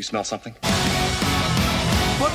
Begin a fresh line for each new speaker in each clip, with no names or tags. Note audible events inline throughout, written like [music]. smell something?
Put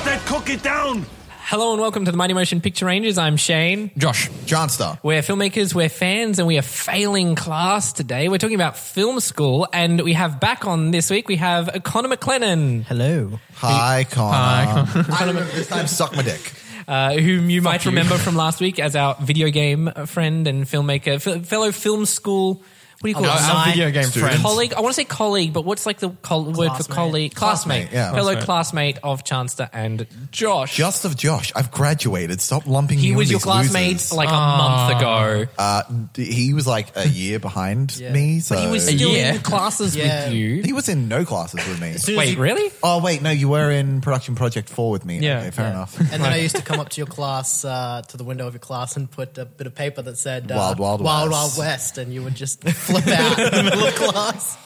that cookie down!
Hello and welcome to the Mighty Motion Picture Rangers. I'm Shane.
Josh.
Johnstar.
We're filmmakers, we're fans, and we are failing class today. We're talking about film school, and we have back on this week, we have Connor McLennan,
Hello.
Hi, Connor. [laughs] I remember this time suck my dick.
uh, whom you might remember from last week as our video game friend and filmmaker, fe- fellow film school. What do you call
Our, our
it?
video game friends.
Colleague, I want to say colleague, but what's like the col- word for
Classmate.
colleague? Classmate,
yeah.
fellow
Classmate.
classmate of Chanster and Josh.
Just of Josh. I've graduated. Stop lumping
he
me
was
with
your
these
classmate
losers.
like a month ago.
Uh, he was
[laughs]
like a year behind me. So
But he was still
year.
in classes
Yeah.
with you.
He was in no classes with me.
Wait, really?
oh wait, no, you were in production project four with me.
Yeah.
okay, fair
Yeah.
enough.
And then I used to come up to your class, uh, to the window of your class, and put a bit of paper that said uh,
Wild Wild
Wild,
West.
Wild West, and you
[laughs]
would just flip out in the middle of class.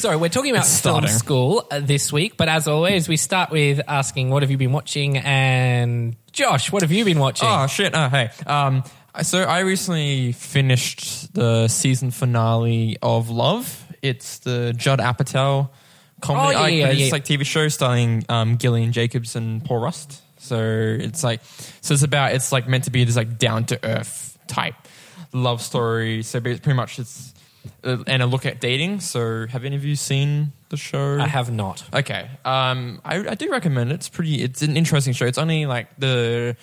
So we're talking about film
starting.
school uh, this week, but as always, we start with asking, "What have you been watching?" And Josh, what have you been watching?
[laughs] Oh shit! Oh hey. Um, I- so I recently finished the season finale of Love. It's the Judd Apatow comedy.
Oh, yeah,
I-
yeah,
it's
yeah.
like TV show starring um, Gillian Jacobs and Paul Rust. So it's like so it's about it's like meant to be this like down to earth type love story. So ba- pretty much it's uh, and a look at dating. So have any of you seen the show?
I have not.
Okay. Um, I, I do recommend it. It's pretty, it's an interesting show. It's only like the,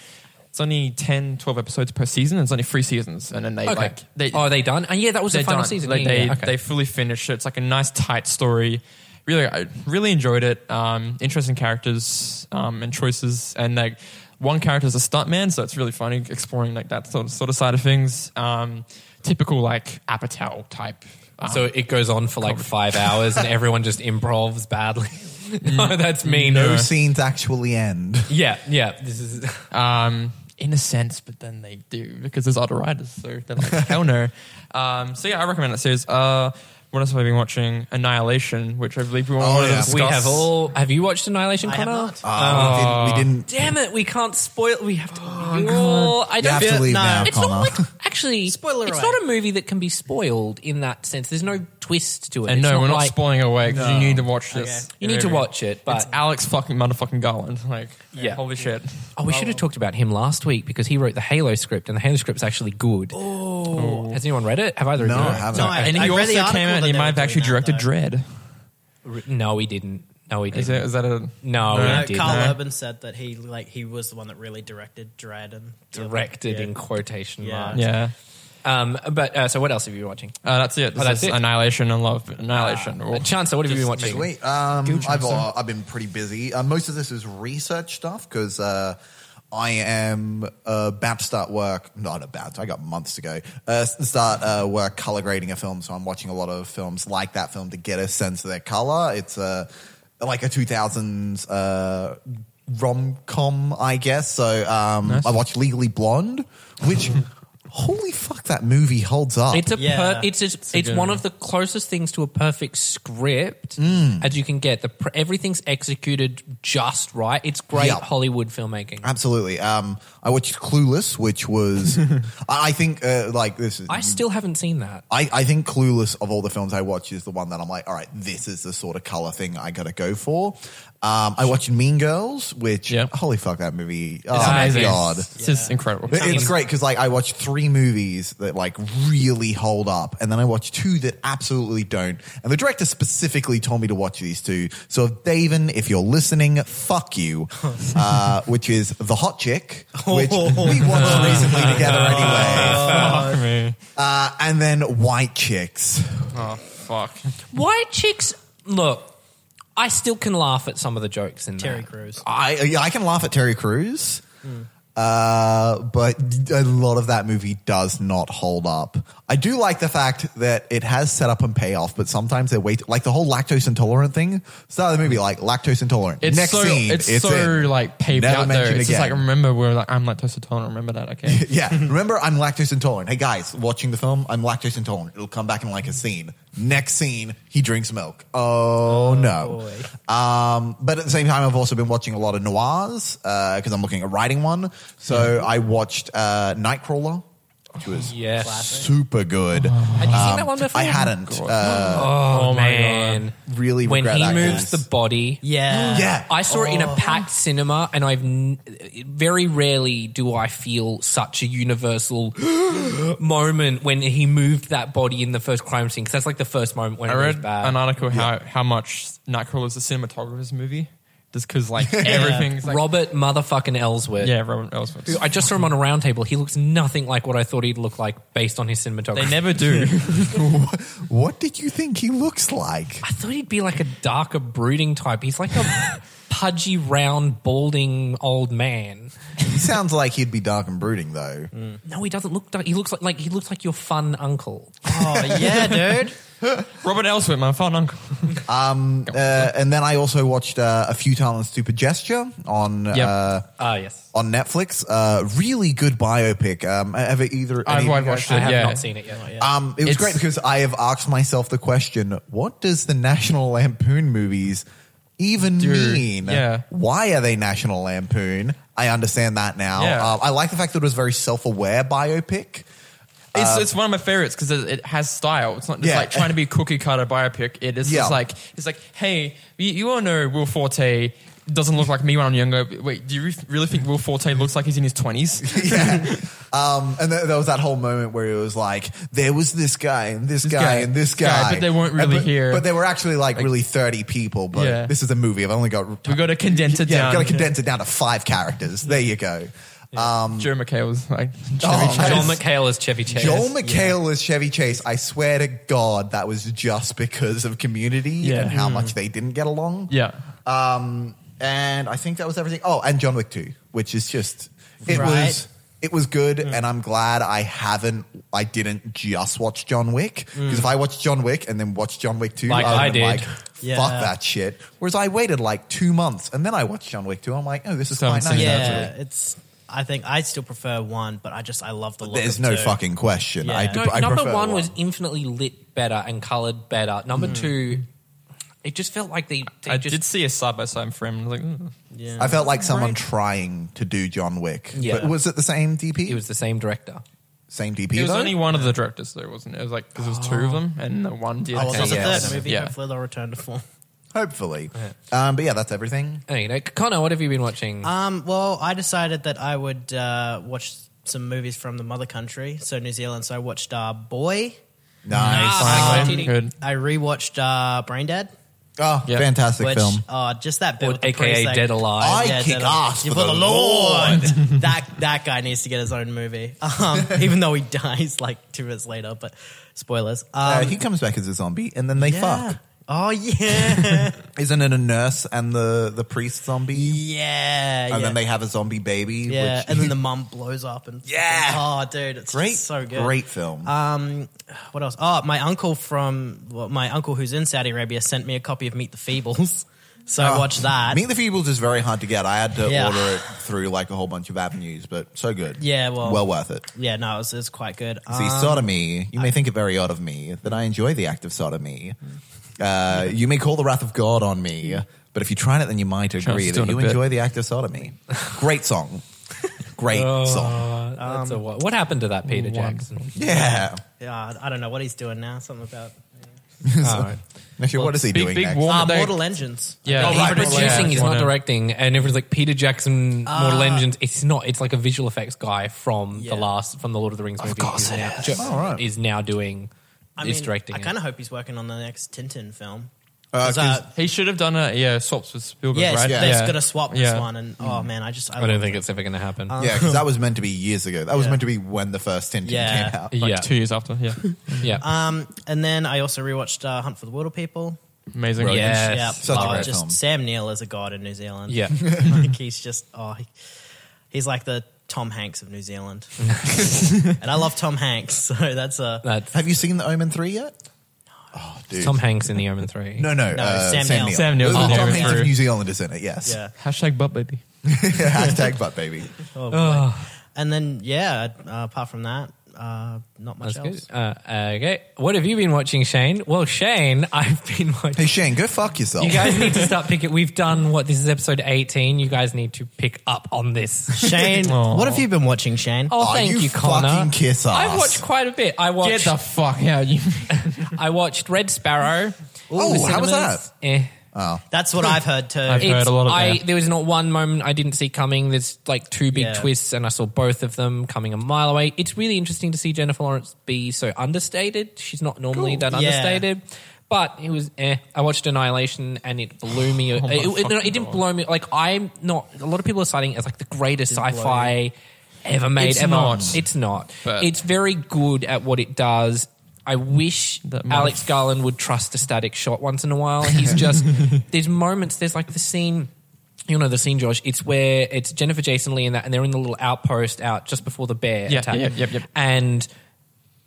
it's only 10, 12 episodes per season. It's only three seasons. And then they
Okay.
like, they,
oh, are they done? And yeah, that was the
they're
final
done.
season.
Like
Yeah,
they,
yeah, okay.
they fully finish it. It's like a nice tight story. Really, I really enjoyed it. Um, interesting characters um, and choices, and like one character is a stuntman, so it's really funny exploring like that sort of, sort of side of things. Um, typical like Apatow type. Um,
so it goes on for like five hours,
[laughs]
and everyone just improves badly.
Mm.
no, [laughs] that's mean.
No scenes actually end.
Yeah, yeah. This is
um, in a sense, but then they do because there's other writers, so they're like, hell no. Um, so yeah, I recommend that series. Uh, what else have I been watching? Annihilation, which I believe we want
Oh,
to
yeah.
discuss.
we have all. Have you watched Annihilation,
I have
Connor?
not.
Uh, we didn't. We didn't
Oh. Damn it! We can't spoil. We have to. Oh, I
you
don't
have
feel
to leave
no,
now,
It's
Connor.
not like actually
Spoiler
It's
alert.
not a movie that can be spoiled in that sense. There's no twist to it.
And
It's
no, we're not
like-
spoiling away because you need to watch this.
You need to watch it, but
It's Alex fucking motherfucking Garland. Like,
Yeah.
holy shit.
oh, we should have talked about him last week because he wrote the Halo script, and the Halo script's actually good. Oh, has anyone read it? Have either
No,
of you?
I haven't.
No, I-
and he
read the
also
article
came out and
that
he
they
might
were
have actually
doing that, though.
directed Dread.
No, he didn't. No, he
Is
didn't.
that, is that a
No,
No.
he
No,
didn't.
Carl Urban said that he like he was the one that really directed Dread and the other-
Directed
yeah.
in quotation
Yeah.
marks.
Yeah,
Um, but uh, so, what else have you been watching?
uh, that's it. This
that's
is
it.
Annihilation and Love. Annihilation. Well,
Chancellor, what have you been watching?
Sweet. Um,
Gooch,
I've,
sorry.
uh, I've been pretty busy. Uh, most of this is research stuff because uh, I am uh, about to start work. Not about. I got months to go. Uh, s- start uh, work color grading a film, so I'm watching a lot of films like that film to get a sense of their color. It's uh, like a 2000s uh, rom com, I guess. So um, I watched Legally Blonde, which. [laughs] Holy fuck! That movie holds up.
It's a
Yeah.
per, it's a, it's,
a good
one
one.
of the closest things to a perfect script as you can get. The pr- everything's executed just right. It's great
Yeah.
Hollywood filmmaking.
Absolutely. Um, I watched Clueless, which
[laughs]
was, I I think, uh, like this is.
I still haven't seen that.
I, I think Clueless of all the films I watch is the one that I'm like, all right, this is the sort of color thing I gotta go for. Um, I watched Mean Girls, which
Yep.
holy fuck that movie! oh
It's
my
amazing.
god,
It's just incredible.
It- It's great because like I watched three movies that like really hold up, and then I watched two that absolutely don't. And the director specifically told me to watch these two. So, Davin, if you're listening, fuck you. Uh, which is the hot chick, which we watched recently together anyway.
Fuck me.
Uh, and then White Chicks.
Oh fuck.
White chicks look. I still can laugh at some of the jokes in
Terry
that.
Crews.
I yeah, I can laugh at Terry Crews, uh, but a lot of that movie does not hold up. I do like the fact that it has setup and payoff, but sometimes they wait like the whole lactose intolerant thing. Start of the movie like lactose intolerant.
It's
Next
so
scene,
it's,
it's,
so [laughs]
in.
like paved
Never
out there.
mentioned
It's just like
again.
remember we're like I'm lactose intolerant. Remember that? [laughs] Okay.
[laughs] yeah. Remember, I'm lactose intolerant. Hey guys, watching the film, I'm lactose intolerant. It'll come back in like a scene. Next scene, he drinks milk. Oh, no. Um, but at the same time, I've also been watching a lot of noirs because I'm looking at writing one. So I watched uh, Nightcrawler. which was
Yes.
super good. Um,
Had you seen that one before?
I hadn't. Uh,
Oh,
my
man.
really
When
regret
he
that
moves
game.
the body.
Yeah.
[gasps] yeah,
I saw it in a packed cinema, and I've n- very rarely do I feel such a universal [gasps] moment when he moved that body in the first crime scene because that's like the first moment when
I
it was
read
bad.
an article how, how much Nightcrawler is a cinematographer's movie, just because like everything's like,
Robert motherfucking Ellsworth.
yeah, Robert Ellsworth.
I just saw him on a round table. He looks nothing like what I thought he'd look like based on his cinematography.
They never do.
what did you think he looks like?
[laughs] I thought he'd be like a darker, brooding type. He's like
[laughs]
a pudgy, round, balding old man.
He sounds like he'd be dark and brooding though.
No, he doesn't look. dark. He looks like like he looks like your fun uncle.
[laughs] Oh, yeah, dude.
Robert Ellsworth, my fun uncle.
Uh, and then I also watched uh, a futile and stupid gesture on
Yep.
uh,
Ah, yes.
on Netflix. Uh, really good biopic. Um, have either?
I've
any of you
I've
guys-
watched
I
it.
have
Yeah,
not seen it yet.
Um, it was
It's-
great because I have asked myself the question: What does the National Lampoon movies even
Dude,
mean?
yeah.
Why are they National Lampoon? I understand that now.
Yeah.
Um, I like the fact that it was a very self-aware
[laughs]
biopic. [laughs]
it's, it's one of my favorites because it, it has style. It's not just
Yeah.
like trying to be cookie cutter biopic. It is
Yeah.
just like it's like, hey, you, you all know Will Forte doesn't look like me when I'm younger. Wait, do you re- really think Will Forte looks like he's in his twenties?
Um, and th- there was that whole moment where it was like there was this guy and this, guy,
guy,
and this
this guy,
guy,
but they weren't really
but,
here.
But they were actually like, really thirty people. But
Yeah.
this is a movie. I've only got
We got to condense
[laughs]
it
yeah, I've
down.
got to condense it down to five characters. There you go.
Joe McHale was like,
Oh,
John
yes.
McHale is Chevy Chase.
Joel McHale as Chevy Chase, I swear to God, that was just because of community
Yeah.
and how much they didn't get along.
yeah,
Um, and I think that was everything. Oh, and John Wick 2, which is just, it
Right.
was. It was good, and I'm glad I haven't. I didn't just watch John Wick because if I watched John Wick and then watched John Wick two,
Like
I,
I
would
did.
like
Yeah.
fuck that shit. Whereas I waited like two months and then I watched John Wick two. I'm like, oh, this is
So
quite nice.
insane.
Yeah,
actually.
it's. I think I still prefer one, but I just I love the look.
there's
of
no
two.
fucking question.
Yeah.
I,
No,
I
number
prefer
one, was infinitely lit better and colored better. Number two, it just felt like they, they
I
just
did see a side by side frame. I was like, mm.
Yeah.
I felt like someone trying to do John Wick.
Yeah.
But was it the same DP?
it was the same director.
same DP.
it was
though?
only one of the directors though, wasn't it? It was like because there was two of them and the one did.
I was
Okay,
on the
yeah.
third movie.
Yeah.
Hopefully they'll return to form.
Hopefully. Um, but yeah, that's everything.
Anyway, you know, Connor, what have you been watching?
Um, well, I decided that I would uh, watch some movies from the mother country, so New Zealand. So I watched uh, Boy.
Nice.
Ah,
Finally. Good.
I rewatched uh, Brain Dead,
Oh,
Yeah.
fantastic
which
film.
uh, just that bit,
Or
with the priest,
AKA
like-
Dead Alive.
I kick
Dead
ass
Alive.
for the
[laughs] that that guy needs to get his own movie, [laughs] um, even though he dies like two minutes later. But spoilers. Um,
Uh, he comes back as a zombie and then they
yeah.
fuck. [laughs]
Oh yeah,
Isn't it a nurse and the, the priest zombie?
yeah.
And
yeah.
then they have a zombie baby.
yeah,
Which [laughs]
and then the mum blows up and
Yeah.
oh dude, it's
great,
just so good.
great film.
Um, what else? Oh, my uncle from well, my uncle who's in Saudi Arabia sent me a copy of Meet the Feebles, [laughs] so
Ah.
I watched that.
Meet the Feebles is very hard to get. I had to
Yeah.
order it through like a whole bunch of avenues, but so good.
Yeah, well-
well worth it.
yeah, no, it's it's quite good.
See,
Um,
sodomy, you may think it very odd of me that I enjoy the act of sodomy. Uh, you may call the wrath of God on me, but if you try it, then you might agree
it's
that
doing a
you
bit.
enjoy the act of sodomy. Great song. Great song.
Oh, That's a what, what happened to that Peter
[laughs]
Jackson?
Yeah.
yeah, I don't know what he's doing now. Something about
Alright.
Actually, what is he
big-
doing
big
next?
war-
uh,
They-
Mortal Engines.
yeah,
Oh, right,
he's
Mortal
producing,
Engines,
he's
Yeah.
not directing, and everyone's like Peter Jackson, Mortal Engines. It's not. It's like a visual effects guy from
Yeah.
the last from the Lord of the Rings movie. Of
course it
now,
is.
ju-
Oh, right.
is now doing.
I
is
mean,
directing.
I
it.
kind of hope he's working on the next Tintin film.
Uh,
'Cause,
cause-
uh,
He should have done a yeah swaps with Spielberg.
yeah,
right?
they
Yeah.
has got to swap this
Yeah.
one, and oh man, I just I,
I don't think it's ever going to happen.
yeah, because that was meant to be years ago. That was
Yeah.
meant to be when the first Tintin
Yeah.
came out.
Like
yeah,
two years after. Yeah,
yeah.
Um, and then I also rewatched uh, Hunt for the Wilder People.
amazing.
Brilliant. Yeah.
Yeah,
Such
a
oh,
great
just
film.
Sam Neill is a god in New Zealand.
Yeah.
[laughs] like he's just oh, he, he's like the Tom Hanks of New Zealand. and I love Tom Hanks, [laughs] so that's a
That's
Have you seen The Omen 3 yet? Oh, dude.
Tom Hanks in The Omen Three.
no, no,
No,
uh,
Sam
Sam
Neill.
Neill.
Sam Neill's
Oh,
in The
Tom
Omen
Hanks of
3.
New Zealand is in it, yes.
yeah.
Hashtag butt baby.
[laughs] Hashtag butt baby.
Oh, boy. and then yeah, uh, apart from that, uh, not much
That's
else.
good. Uh, okay. What have you been watching, Shane? Well, Shane, [laughs] I've been
Hey
watching.
Shane, go fuck yourself.
You guys need to start picking. We've done what? This is episode 18. You guys need to pick up on this.
Shane,
Aw.
what have you been watching, Shane?
Oh,
Aw,
thank
you
you, Connor.
fucking kiss
I've
ass.
watched quite a bit. I watched.
[laughs] fuck out, you.
I watched Red Sparrow.
Oh,
The
how was
cinemas.
that?
Eh.
That's what I've heard too.
I've-
It's-
heard a lot of
I,
that.
there was not one moment I didn't see coming. There's like two big
Yeah.
twists, and I saw both of them coming a mile away. It's really interesting to see Jennifer Lawrence be so understated. She's not normally that
Yeah.
understated. But it was. Eh. I watched Annihilation, and it blew me.
Oh my
it, it- no, it
fucking
didn't
God.
blow me. Like I'm not. A lot of people are citing it as like the greatest
blow
sci-fi ever made.
It's
ever.
not.
It's not.
But-
it's very good at what it does. I wish
That
Alex
motherf-
Garland would trust a static shot once in a while. He's
[laughs]
just there's moments. There's like the scene. You know the scene, Josh. It's where it's Jennifer Jason Lee and that, and they're in the little outpost out just before the bear
Yeah,
attack.
yep, yep, yep.
And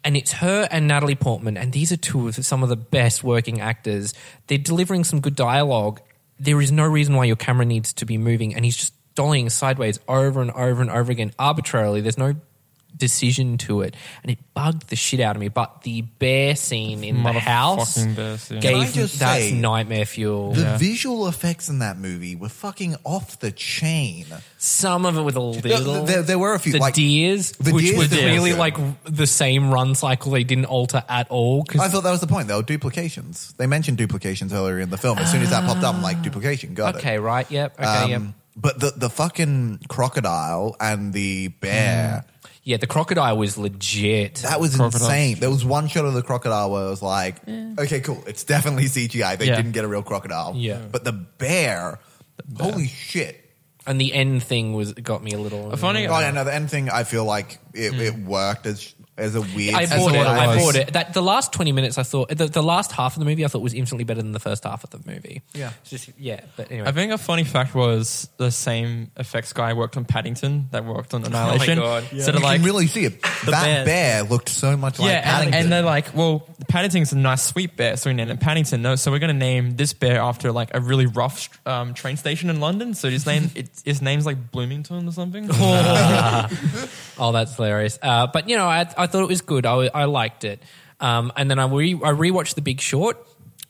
and it's her and Natalie Portman, and these are two of some of the best working actors. They're delivering some good dialogue. There is no reason why your camera needs to be moving, and he's just dollying sideways over and over and over again arbitrarily. There's no decision to it, and it bugged the shit out of me. But the bear scene in the house
Motherfucking bear scene.
Can I
gave me
just
that's
say-
nightmare fuel.
The
Yeah.
visual effects in that movie were fucking off the chain.
Some of it with a little.
there- there were a few,
the
like-
deers,
the
which
deers
was
that-
really
yeah.
like the same run cycle. They didn't alter at all. 'cause
I thought that was the point, though. Duplications. They mentioned duplications earlier in the film. As soon as that popped up, I'm like, duplication, got it.
Ah, okay, right? Yep. Okay.
Um,
yep.
But the, the fucking crocodile and the bear,
Yeah, the crocodile was legit.
that was
Crocodile.
insane. There was one shot of the crocodile where I was like, okay, cool. It's definitely CGI. They
Yeah.
didn't get a real crocodile.
Yeah.
But the bear, holy shit.
and the end thing was got me a little.
I find it-
Oh, yeah, no, the end thing, I feel like it, it worked as, as a weird
I
surprise.
bought it. I
was.
bought it. That the last twenty minutes, I thought the, the last half of the movie, I thought was infinitely better than the first half of the movie.
Yeah.
It's just yeah. But anyway,
I think a funny fact was the same effects guy worked on Paddington that worked on Annihilation.
God, yeah.
So they're
You
like,
can really see it.
bear.
That bear. looked so much like
yeah, and,
Paddington.
and they're like, well, Paddington's a nice sweet bear, so we named it Paddington. No, so we're going to name this bear after like a really rough um, train station in London. So his name, it, his name's like Bloomington
[laughs]
or something.
oh, that's hilarious. Uh, but you know, I, I thought it was good. I, I liked it. Um, and then I re I rewatched The Big Short,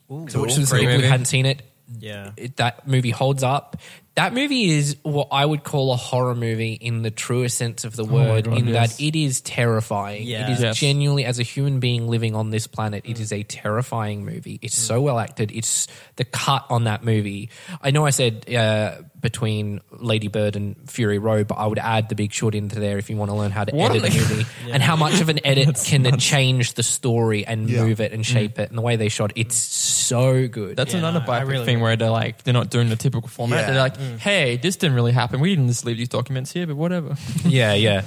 so which was
Great
people who
movie.
hadn't seen it.
Yeah.
it, that movie holds up. That movie is what I would call a horror movie in the truest sense of the word,
Oh God,
in
yes.
that it is terrifying.
Yeah.
It is
Yes.
genuinely, as a human being living on this planet, it is a terrifying movie. It's so well acted. It's the cut on that movie. I know I said uh, between Lady Bird and Fury Road, but I would add The Big Short into there if you want to learn how to
What a
edit a
li- [laughs]
movie and how much of an edit can change the story and move it and shape it and the way they shot. It's so good.
Mm. That's
Yeah,
another
no, I
biopic
really-
thing where they're like, they're not doing the typical format.
Yeah.
They're like,
Mm.
hey, this didn't really happen. We didn't just leave these documents here, but whatever.
Yeah, yeah.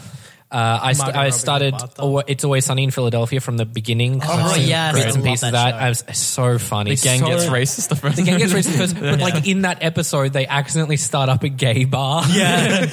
Uh, I, st-
Margot
I
Robbie
started.
in the bathtub.
Al- it's always sunny in Philadelphia from the beginning.
Oh,
I've seen
yes,
bits
I
and
love
pieces of
that
that. I was, it's so funny.
the gang
So-
gets racist. The first
The gang gets racist
[laughs]
first, but like in that episode, they accidentally start up a gay bar. [laughs] Yeah,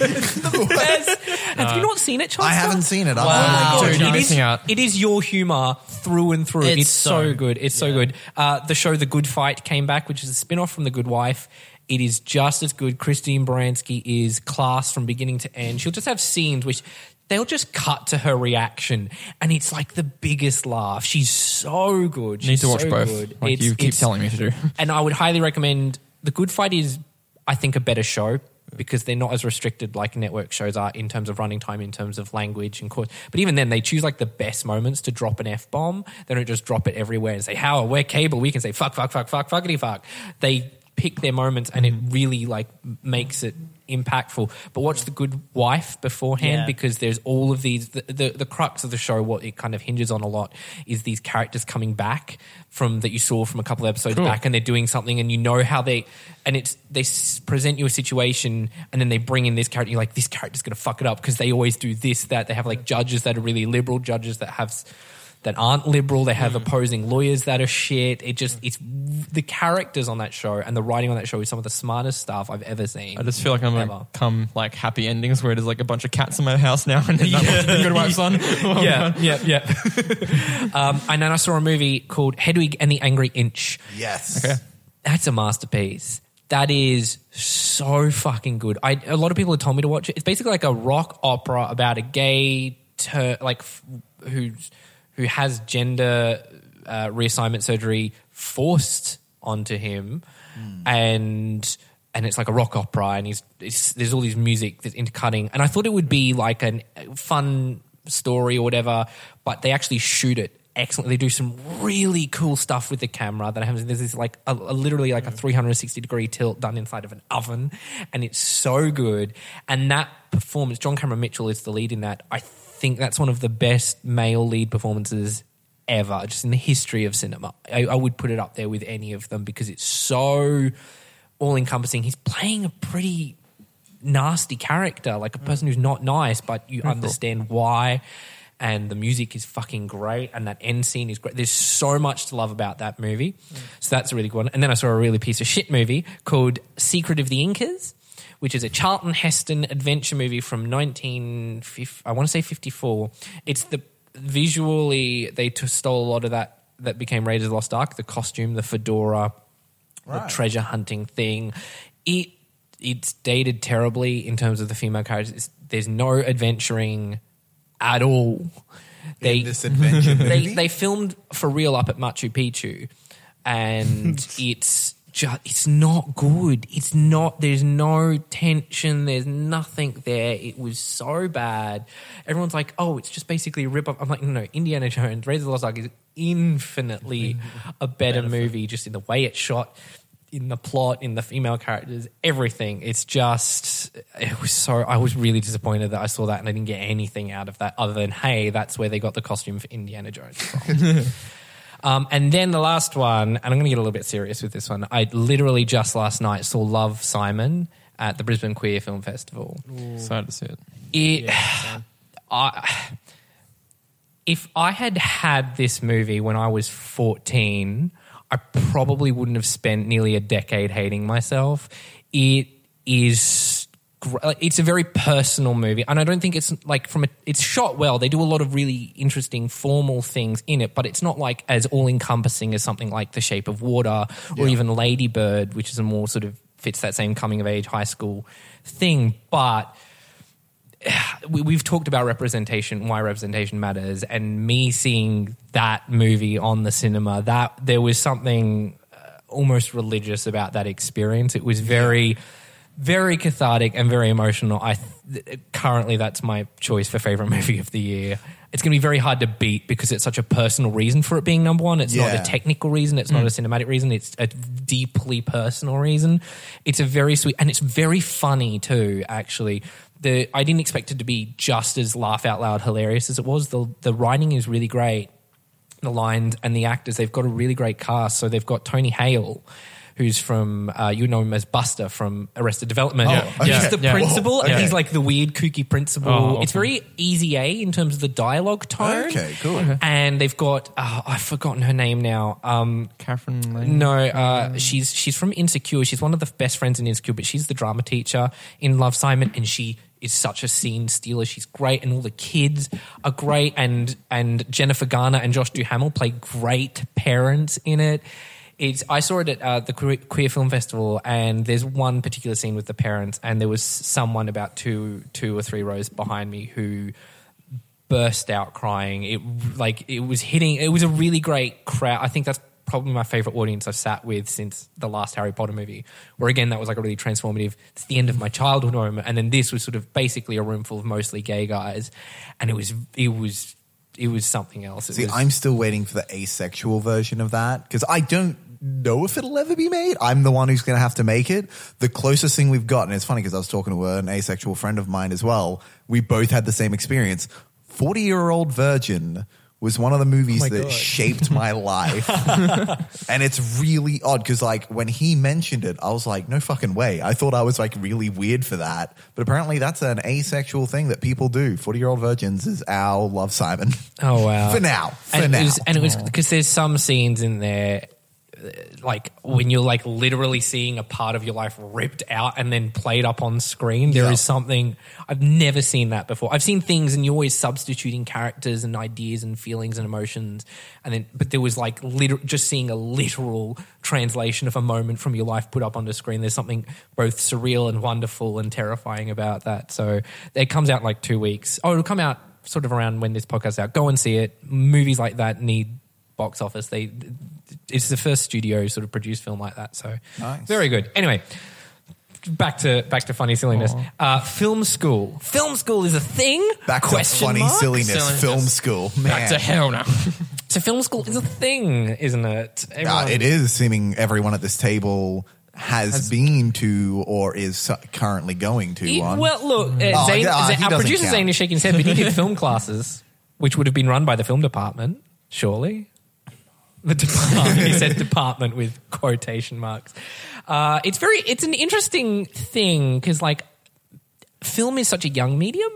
Have you not seen it, Chance?
I haven't seen it. I'm
Wow.
like,
Dude, you're
it, is,
missing out.
it is your humor through and through. It's,
It's
so,
so-
good. It's so good. Uh, the show The Good Fight came back, which is a spin off from The Good Wife. It is just as good. Christine Baranski is class from beginning to end. She'll just have scenes which they'll just cut to her reaction, and it's like the biggest laugh. She's so good.
Need
She's
to watch
so
both.
Good.
Like you keep telling me to do. [laughs]
[laughs] And I would highly recommend The Good Fight is, I think, a better show because they're not as restricted like network shows are in terms of running time, in terms of language and course. But even then, they choose like the best moments to drop an F bomb. They don't just drop it everywhere and say, how, we're cable. We can say, fuck, fuck, fuck, fuck, fuckity fuck. They pick their moments and it really like makes it impactful. But watch The Good Wife beforehand
Yeah.
because because there's all of these the, the the crux of the show what it kind of hinges on a lot is these characters coming back from that you saw from a couple of episodes back and they're doing something and you know how they and it's they s- present you a situation and then they bring in this character you're like this character's going to fuck it up because they always do this that they have like judges that are really liberal judges that have s- that aren't liberal they
Mm.
have opposing lawyers that are shit it just it's the characters on that show and the writing on that show is some of the smartest stuff I've ever seen
I just feel like I'm
Ever.
gonna come like happy endings where there's like a bunch of cats in my house now
[laughs]
and then yeah. good wife's on. [laughs]
yeah, yeah, yeah. um, and then I saw a movie called Hedwig and the Angry Inch.
yes.
That's a masterpiece. That is so fucking good. I, a lot of people have told me to watch it. It's basically like a rock opera about a gay ter- like f- who who has gender uh, reassignment surgery forced onto him, and and it's like a rock opera, and he's it's, there's all these music that's intercutting, and I thought it would be like a fun story or whatever, but they actually shoot it excellent. They do some really cool stuff with the camera that happens. There's this like a, a literally like a 360 degree tilt done inside of an oven, and it's so good. And that performance, John Cameron Mitchell is the lead in that. I think that's one of the best male lead performances ever, just in the history of cinema. I, I would put it up there with any of them because it's so all encompassing. He's playing a pretty nasty character, like a person who's not nice, but you understand why. And the music is fucking great, and that end scene is great. There's so much to love about that movie. So that's a really good one. And then I saw a really piece of shit movie called Secret of the Incas, which is a Charlton Heston adventure movie from 19, I want to say 54. It's the visually they t- stole a lot of that that became Raiders of the Lost Ark, the costume, the fedora, the
Right.
treasure hunting thing. It it's dated terribly in terms of the female characters. It's, there's no adventuring at all. They
in this
[laughs]
adventure
they
movie.
they filmed for real up at Machu Picchu,
[laughs]
and it's just it's not good. It's not. There's no tension. There's nothing there. It was so bad. Everyone's like, "Oh, it's just basically a rip off." I'm like, "No, no, Indiana Jones, Raiders of the Lost Ark is
[laughs]
infinitely a better movie, just in the way it's shot." In the plot, in the female characters, everything. It's just, it was so, I was really disappointed that I saw that and I didn't get anything out of that other than, hey, that's where they got the costume for Indiana Jones from. Um, and then the last one, and I'm going to get a little bit serious with this one. I literally just last night saw Love Simon at the Brisbane Queer Film Festival.
Excited to see it.
It, [sighs] I, if I had had this movie when I was 14, I probably wouldn't have spent nearly a decade hating myself. It is. gr- like, It's a very personal movie, and I don't think it's like from a. It's shot well. They do a lot of really interesting formal things in it, but it's not like as all encompassing as something like The Shape of Water or even Ladybird, which is a more sort of fits that same coming of age high school thing. But we, we've talked about representation, why representation matters, and me seeing that movie on the cinema, that there was something uh, almost religious about that experience. It was very, very cathartic and very emotional. I th- currently that's my choice for favorite [laughs] movie of the year. It's going to be very hard to beat because it's such a personal reason for it being number one. It's not
Yeah.
a technical reason. It's not
Mm.
a cinematic reason. It's a deeply personal reason. It's a very sweet and it's very funny too. Actually, the I didn't expect it to be just as laugh out loud hilarious as it was. The the writing is really great. The lines and the actors they've got a really great cast. So they've got Tony Hale. Who's from uh, you know him as Buster from Arrested Development?
Oh,
He's
okay.
the
Yeah.
principal,
Whoa,
and he's
okay.
like the weird, kooky principal.
Oh,
It's
awesome.
very easy A in terms of the dialogue tone.
Okay, cool.
And they've got oh, I've forgotten her name now. Um,
Catherine Lane.
no, uh, she's she's from Insecure. She's one of the best friends in Insecure, but she's the drama teacher in Love Simon, and she is such a scene stealer. She's great, and all the kids are great, and and Jennifer Garner and Josh Duhamel play great parents in it. It's I saw it at uh, the Queer, Queer Film Festival, and there's one particular scene with the parents, and there was someone about two two or three rows behind me who burst out crying. It like it was hitting. It was a really great crowd. I think that's probably my favorite audience I've sat with since the last Harry Potter movie. Where again, that was like a really transformative. It's the end of my childhood home, and then this was sort of basically a room full of mostly gay guys, and it was it was it was something else. It
See,
was,
I'm still waiting for the asexual version of that because I don't know if it'll ever be made. I'm the one who's going to have to make it. The closest thing we've gotten, it's funny because I was talking to an asexual friend of mine as well. We both had the same experience. 40 year old virgin was one of the movies
Oh
that
God.
shaped
[laughs]
my life. and it's really odd because, like, when he mentioned it, I was like, no fucking way. I thought I was like really weird for that. But apparently, that's an asexual thing that people do. 40 year old virgins is our Love Simon.
oh wow.
For now. For
and
now.
it was and it was because there's some scenes in there uh, like when you're like literally seeing a part of your life ripped out and then played up on screen There is
Yeah.
something i've never seen that before i've seen things and you're always substituting characters and ideas and feelings and emotions and then but there was like liter- just seeing a literal translation of a moment from your life put up on the screen there's something both surreal and wonderful and terrifying about that so it comes out in like two weeks oh it'll come out sort of around when this podcast's out, go and see it. Movies like that need box office. They it's the first studio sort of produced film like that, so
Nice.
very good. Anyway. Back to back to funny silliness. Uh, film school. Film school is a thing.
Back
Question
to funny
mark?
silliness,
Silliness.
film school. Man.
Back to hell now.
So film school is a thing, isn't it?
Uh,
Everyone-
it is seeming everyone at this table has, been to or is currently going to
He-
one.
Well, look, uh, Zane,
yeah,
Zane-
he
our
doesn't
producer
count.
Zane is shaking his head, but he
[laughs]
did film classes, which would have been run by the film department, surely. The department. he said department with quotation marks. Uh, it's very. It's an interesting thing because like film is such a young medium,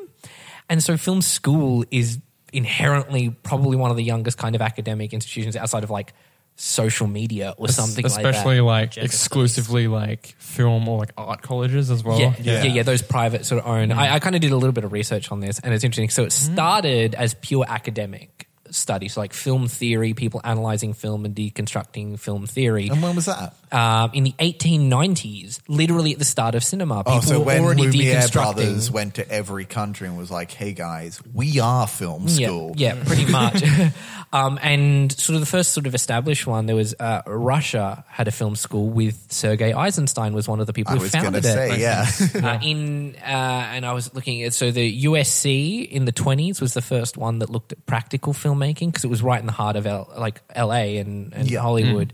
and so film school is inherently probably one of the youngest kind of academic institutions outside of like social media or something like that.
Especially like,
Gender
exclusively like film or like art colleges as well.
Yeah, yeah,
Oh, Yeah.
yeah, Those private sort of own. I, I kind of did a little bit of research on this, and it's interesting. So it
Hmm.
started as pure academic study, so like film theory, people analyzing film and deconstructing film theory.
and when was that?
Um, in the 1890s, literally at the start of cinema, people
Oh, so
were
when
already
Lumiere
deconstructing.
brothers went to every country and was like, "Hey guys, we are film school."
Yeah, yeah pretty much. [laughs] um, and sort of the first sort of established one, there was uh, Russia had a film school with Sergei Eisenstein was one of the people
I
who
was going to
founded it. [laughs]
say, yeah.
uh, in uh, and I was looking at so the USC in the twenties was the first one that looked at practical filmmaking because it was right in the heart of L- like LA and, and
Yeah.
Hollywood.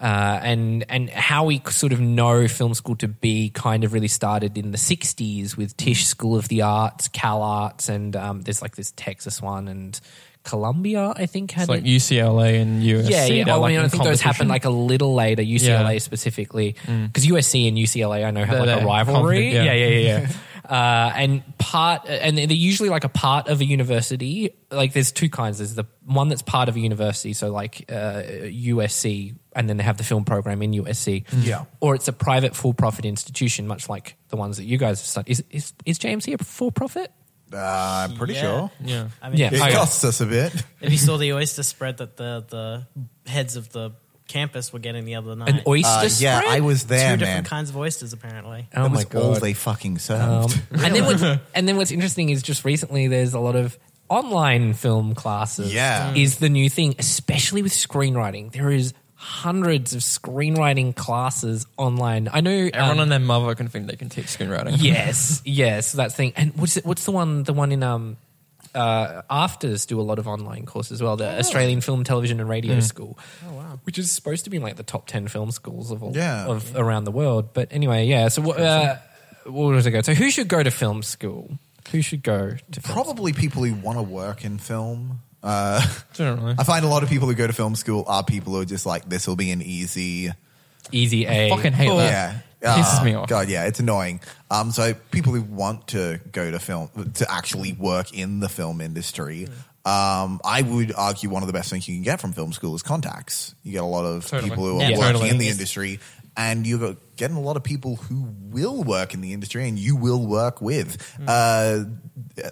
Uh, and and how we sort of know film school to be kind of really started in the '60s with Tisch School of the Arts, Cal Arts, and um, there's like this Texas one and Columbia, I think had
It's like
it.
UCLA and USC.
Yeah, yeah.
they're,
I
like,
mean,
in
I think those
competition.
happened like a little later. UCLA
Yeah.
specifically,
Mm.
because USC and UCLA, I know have
They're-
like a
they're
rivalry.
competi-
[laughs]
yeah.
yeah, yeah. uh, and part, and they're usually like a part of a university. Like, there's two kinds. There's the one that's part of a university, so like uh, USC, and then they have the film program in USC.
Mm. Yeah.
Or it's a private for-profit institution, much like the ones that you guys have studied. Is is, is JMC a for-profit?
Uh, I'm pretty
Yeah.
sure.
Yeah.
I mean,
Yeah.
It
Oh,
costs us a bit.
if you saw the oyster spread that the the heads of the campus were getting the other night,
An oyster
Uh, yeah,
spread?
I was
two
there, man.
different kinds of
[laughs]
oysters apparently.
Oh
that
my
was all
God.
they fucking
Um,
served.
and then what, and then what's interesting is just recently there's a lot of online film classes.
Yeah. Mm.
is the new thing, especially with screenwriting. There is hundreds of screenwriting classes online. I know
Everyone
um,
and their mother can think they can teach screenwriting. [laughs]
yes, yes, that thing. And what's it, what's the one? The one in um, uh, afters do a lot of online courses as well. The Australian Film, Television, and
Mm.
Radio School. Oh wow! Which is supposed to be like the top ten film schools of all
Yeah.
of around the world. But anyway, yeah. So what? Uh, where was I going? So who should go to film school? Who should go to film school?
[laughs] Probably people who want to work in film. Uh,
Generally.
Oh,
I find a lot of people who go to film school are people who are just like, "This will be an easy."
Easy A?
fucking hate that.
Yeah.
Oh,
Pisses
Ah,
me off.
God, yeah, it's annoying. Um, so people who want to go to film to actually work in the film industry, um, I would argue one of the best things you can get from film school is contacts. You get a lot of
Totally.
people who are
Yeah,
working
totally.
in the industry, and you're getting a lot of people who will work in the industry and you will work with.
Mm.
Uh,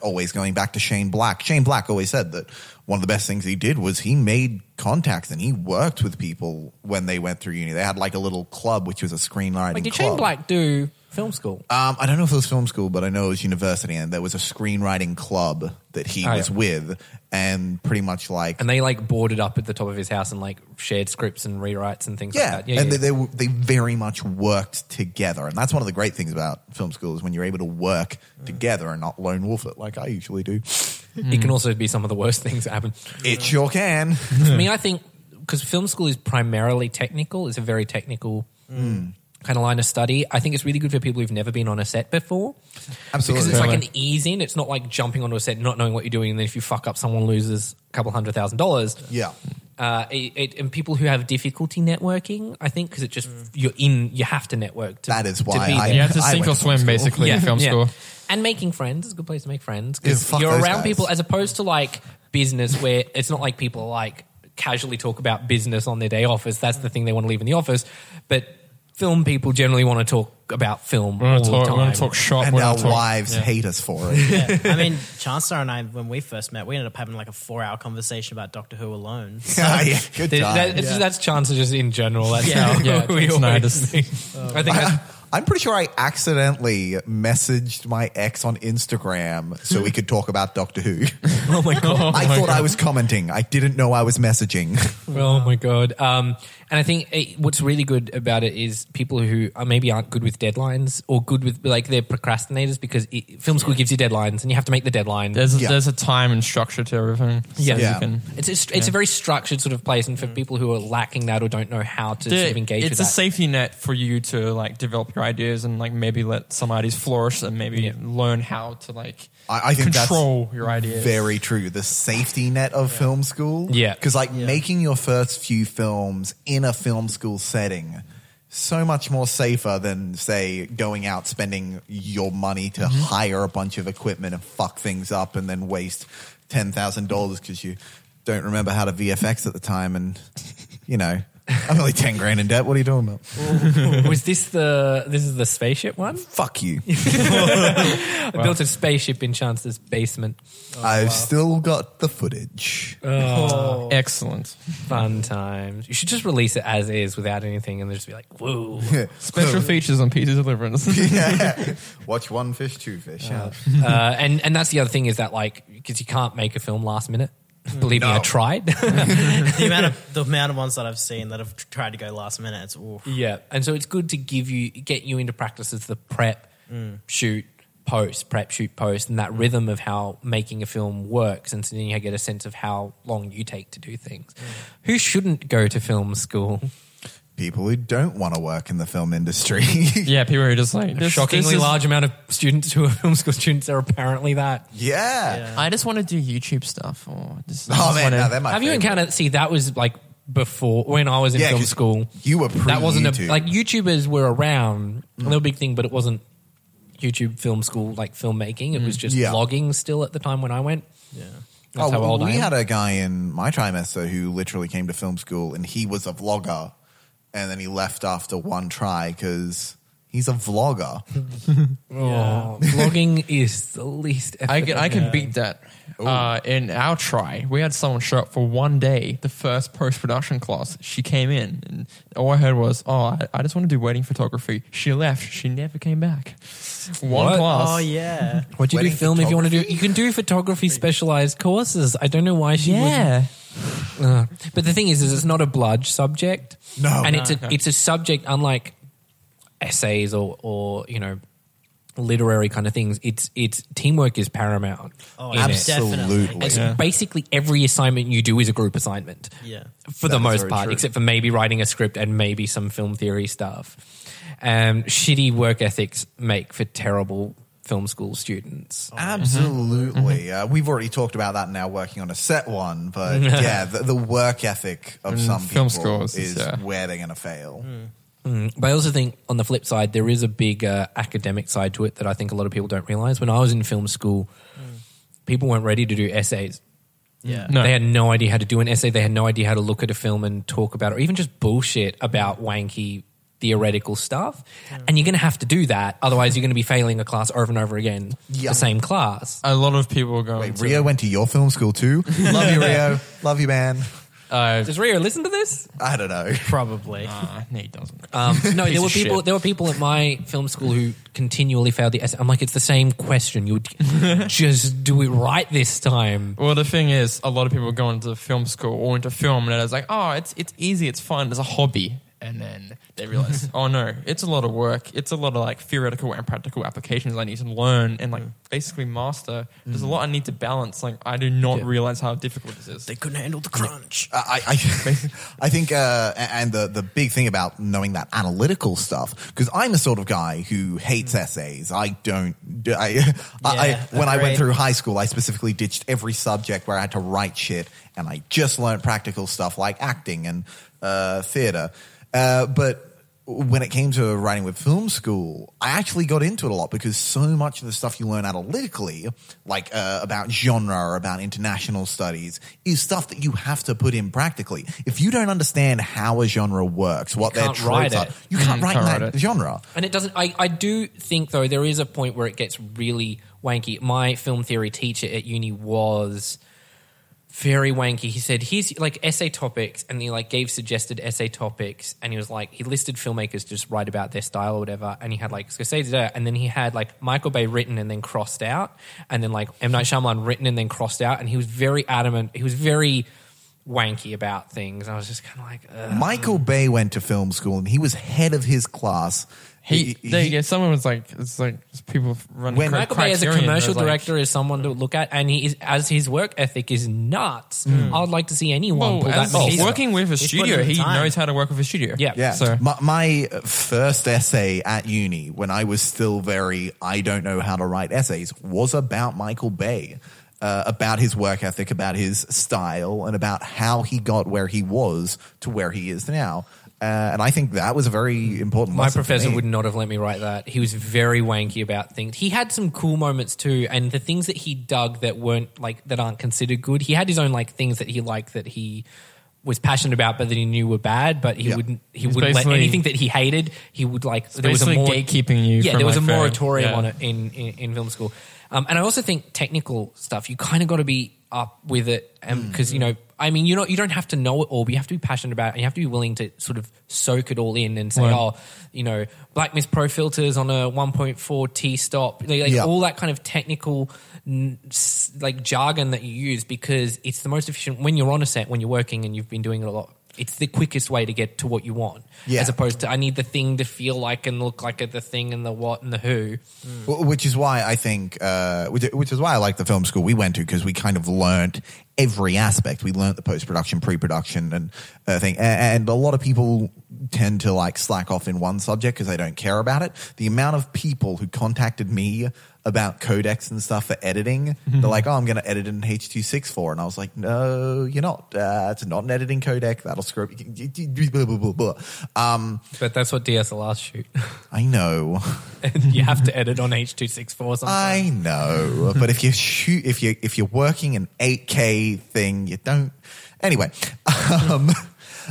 always going back to Shane Black. Shane Black always said that one of the best things he did was he made contacts and he worked with people when they went through uni. They had like a little club which was a screenwriting
Like, did
club.
Shane Black do film school?
Um, I don't know if it was film school, but I know it was university, and there was a screenwriting club that he
Oh,
was
yeah.
with, and pretty much like
And they like boarded up at the top of his house and like shared scripts and rewrites and things
yeah,
like that. Yeah,
and
yeah.
They, they they very much worked together, and that's one of the great things about film school is when you're able to work together and not lone wolf it like I usually do.
it
Mm.
can also be some of the worst [laughs] things that happen.
It
[laughs]
sure can.
For me, I think because film school is primarily technical, it's a very technical
Hmm.
kind of line of study. I think it's really good for people who've never been on a set before. Because
Absolutely.
it's like an
Totally.
ease in. It's not like jumping onto a set, not knowing what you're doing, and then if you fuck up, someone loses a couple hundred thousand dollars.
yeah.
Uh, it, it, and people who have difficulty networking, I think, because it just you're in, you have to network. To,
Hmm. That is
to
why
be
I-
there.
You have to
I
sink
went
or
to film
swim,
school.
basically, in film school.
And making friends is a good place to make friends
Yeah,
because
fuck
you're
those
around
guys.
people as opposed to like business where it's not like people like casually talk about business on their day off. As that's the thing they want to leave in the office, but film people generally want to talk about film
We
all
want to talk,
the time.
we want to talk shop.
And
we wanna
our
talk-
wives hate us for
[laughs]
it.
Yeah. I mean, Chancellor and I, when we first met, we ended up having like a four-hour conversation about Doctor
[laughs]
Who alone.
yeah, good
Th-
time.
that- That's chances just in general. That's
Yeah.
how
Yeah,
[laughs] we
it's not
always
just-
think. I think that's,
[laughs] I'm pretty sure I accidentally messaged my ex on Instagram so we could talk about Doctor Who.
[laughs] Oh my god.
[laughs] I thought I was commenting. I didn't know I was messaging.
Oh my god! Um, and I think it, what's really good about it is people who are maybe aren't good with deadlines or good with like they're procrastinators because it, film school gives you deadlines and you have to make the deadline.
There's a,
Yeah.
there's a time and structure to everything. So
Yeah.
you
Yeah.
can-
it's a, str- it's a very structured sort of place, and for people who are lacking that or don't know how to sort of engage
Mm. it's
with
a
that,
safety net for you to like develop your ideas and like maybe let some ideas flourish and maybe learn how to like
I- I think that's
control your ideas.
Very true. The safety net of film school.
Yeah.
Because, like, making your first few films in a film school setting so much more safer than, say, going out spending your money to
Mm-hmm.
hire a bunch of equipment and fuck things up and then waste $10,000 because you don't remember how to VFX at the time. And, you know, I'm only 10 grand in debt. What are you talking about?
was this the this is the spaceship
[laughs]
one? [laughs]
Fuck you.
I built a spaceship in Chancellor's basement.
I've still got the footage.
Uh.
[laughs]
excellent.
Fun times. You should just release it as is without anything, and just be like, "Whoa!"
Special features on Peter Deliverance.
[laughs] yeah. Watch one fish, two fish. Yeah.
uh, and and that's the other thing is that like because you can't make a film last minute.
Mm.
Believe me, I
[laughs]
tried.
the amount of the amount of ones that I've seen that have tried to go last minute, it's oof.
Yeah, and so it's good to give you get you into practice as the prep,
Mm.
shoot, post, prep, shoot, post, and that rhythm of how making a film works, and so then you get a sense of how long you take to do things.
Mm.
Who shouldn't go to film school?
people who don't want to work in the film industry. [laughs]
yeah, people are just like
A
this-
shockingly
this is-
large amount of students who are [laughs] film school students are apparently that.
yeah.
I just want to do YouTube stuff or just.
Oh man, no,
want
they're my
Have you
favorite.
encountered? See, that was like before when I was in
Yeah,
film
'cause
school.
you were
that wasn't
pre-YouTube.
a, like YouTubers were around, a little big thing, but it wasn't YouTube film school like filmmaking. It was just
Yeah.
vlogging still at the time when I went. Yeah, that's how
well,
old
Oh, we
I am.
had a guy in my trimester who literally came to film school, and he was a vlogger, and then he left after one try because he's
[laughs]
a vlogger.
Oh, vlogging [laughs] is the least. Effort
I can I can beat that. Uh, in our try, we had someone show up for one day, the first post production class. She came in, and all I heard was, "Oh, I, I just want to do wedding photography." She left. She never came back. One
What?
class.
Oh yeah.
What do you do
Wedding
film if you want to do? You can do photography specialized courses. I don't know why she wouldn't
Yeah.
Uh, but the thing is, is it's not a bludge subject.
No.
and it's a it's a subject unlike essays or or you know literary kind of things. It's it's teamwork is paramount.
Oh,
in it.
abs-
Absolutely.
Definitely.
It's basically every assignment you do is a group assignment.
Yeah.
For
That
the
is
most
very
part,
true.
except for maybe writing a script and maybe some film theory stuff. Um, shitty work ethics make for terrible film school students.
Absolutely.
Mm-hmm.
Uh, we've already talked about that now working on a set one, but
[laughs]
yeah, the, the work ethic of some
film
people
scores is,
is
yeah.
where they're going to fail.
Mm.
Mm.
But I also think on the flip side, there is a big uh, academic side to it that I think a lot of people don't realize. When I was in film school,
Mm.
people weren't ready to do essays.
Yeah.
No.
They had no idea how to do an essay. They had no idea how to look at a film and talk about it, or even just bullshit about wanky theoretical stuff. And you're going to have to do that. Otherwise, you're going to be failing a class over and over again,
Yeah.
the same class.
A lot of people are going.
Wait,
to-
Rio went to your film
[laughs]
school too. Love you, Rio. Love you, man.
Uh,
Does Rio listen to this?
I don't know.
Probably.
uh, no, he doesn't. [laughs]
Um, no,
Piece
there were
of
people.
shit.
There were people at my film school who continually failed the essay. I'm like, it's the same question. You would [laughs] just do it right this time.
Well, the thing is, a lot of people go into film school or into film, and it's like, oh, it's it's easy, it's fun, it's a hobby, and then they realize, oh no, it's a lot of work, it's a lot of like theoretical and practical applications I need to learn and like basically master. There's a lot I need to balance. Like, I do not realize how difficult this is.
They couldn't handle the crunch.
I, I, [laughs] I think, uh, and the, the big thing about knowing that analytical stuff, because I'm the sort of guy who hates essays. I don't, I, [laughs] I, I, when I went
agreed.
through high school, I specifically ditched every subject where I had to write shit and I just learned practical stuff like acting and, uh, theater. Uh, but when it came to writing with film school, I actually got into it a lot because so much of the stuff you learn analytically, like uh, about genre or about international studies, is stuff that you have to put in practically. If you don't understand how a genre works, what their
can't write
tropes are,
it. [laughs]
you can't
Mm,
write
can't
in
write
that
it.
genre.
And it doesn't. I, I do think though there is a point where it gets really wanky. My film theory teacher at uni was very wanky. He said, "Here's like essay topics," and he like gave suggested essay topics, and he was like, he listed filmmakers to just write about their style or whatever, and he had like Scorsese, da, and then he had like Michael Bay written and then crossed out, and then like M Night Shyamalan written and then crossed out, and he was very adamant. He was very wanky about things. I was just kind of like, Ugh.
Michael Bay went to film school and he was head of his class.
He, they, yeah, someone was like, it's like people running.
When
cri-
Michael Bay as a
Criterion,
commercial
it was like-
director is someone to look at, and he is, as his work ethic is nuts. I would like to see anyone
Hmm. Well,
pull that
as
off.
he's working with a
He's putting
studio,
in the
he
time.
knows how to work with a studio.
Yeah.
Yeah.
So
my, my first essay at uni, when I was still very, I don't know how to write essays, was about Michael Bay, uh, about his work ethic, about his style, and about how he got where he was to where he is now. Uh, and I think that was a very important.
My
lesson for
professor
me.
would not have let me write that. He was very wanky about things. He had some cool moments too, and the things that he dug that weren't like that aren't considered good. He had his own like things that he liked that he was passionate about, but that he knew were bad. But he
Yeah.
wouldn't. He wouldn't let
basically-
anything that he hated. He would like. There was a
basically
more
gatekeeping you
Yeah,
from,
there was
like,
a
fame.
moratorium
Yeah.
on it in in, in film school, um, and I also think technical stuff. You kind of got to be up with it
Mm.
because you know. I mean, you know, you don't have to know it all, but you have to be passionate about it, and you have to be willing to sort of soak it all in and say,
Right.
"Oh, you know, Black Mist Pro filters on a 1.4 T stop, like, like
Yeah.
all that kind of technical n- s- like jargon that you use because it's the most efficient when you're on a set, when you're working and you've been doing it a lot. It's the quickest way to get to what you want,
Yeah.
as opposed to I need the thing to feel like and look like the thing and the what and the who.
Wh- which is why I think, uh, which, which is why I like the film school we went to because we kind of learnt every aspect. We learnt the post production, pre production, and uh, thing. A- And, a lot of people tend to like slack off in one subject because they don't care about it. The amount of people who contacted me about codecs and stuff for editing, they're like, "Oh, I'm going to edit in H.264," and I was like, "No, you're not. Uh, it's not an editing codec. That'll screw." Blah, blah, blah, blah. Um,
But that's what DSLRs shoot. [laughs]
I know. [laughs]
you have to edit on H two six four.
I know, but if you shoot, if you if you're working an 8K thing, you don't. Anyway, um, [laughs]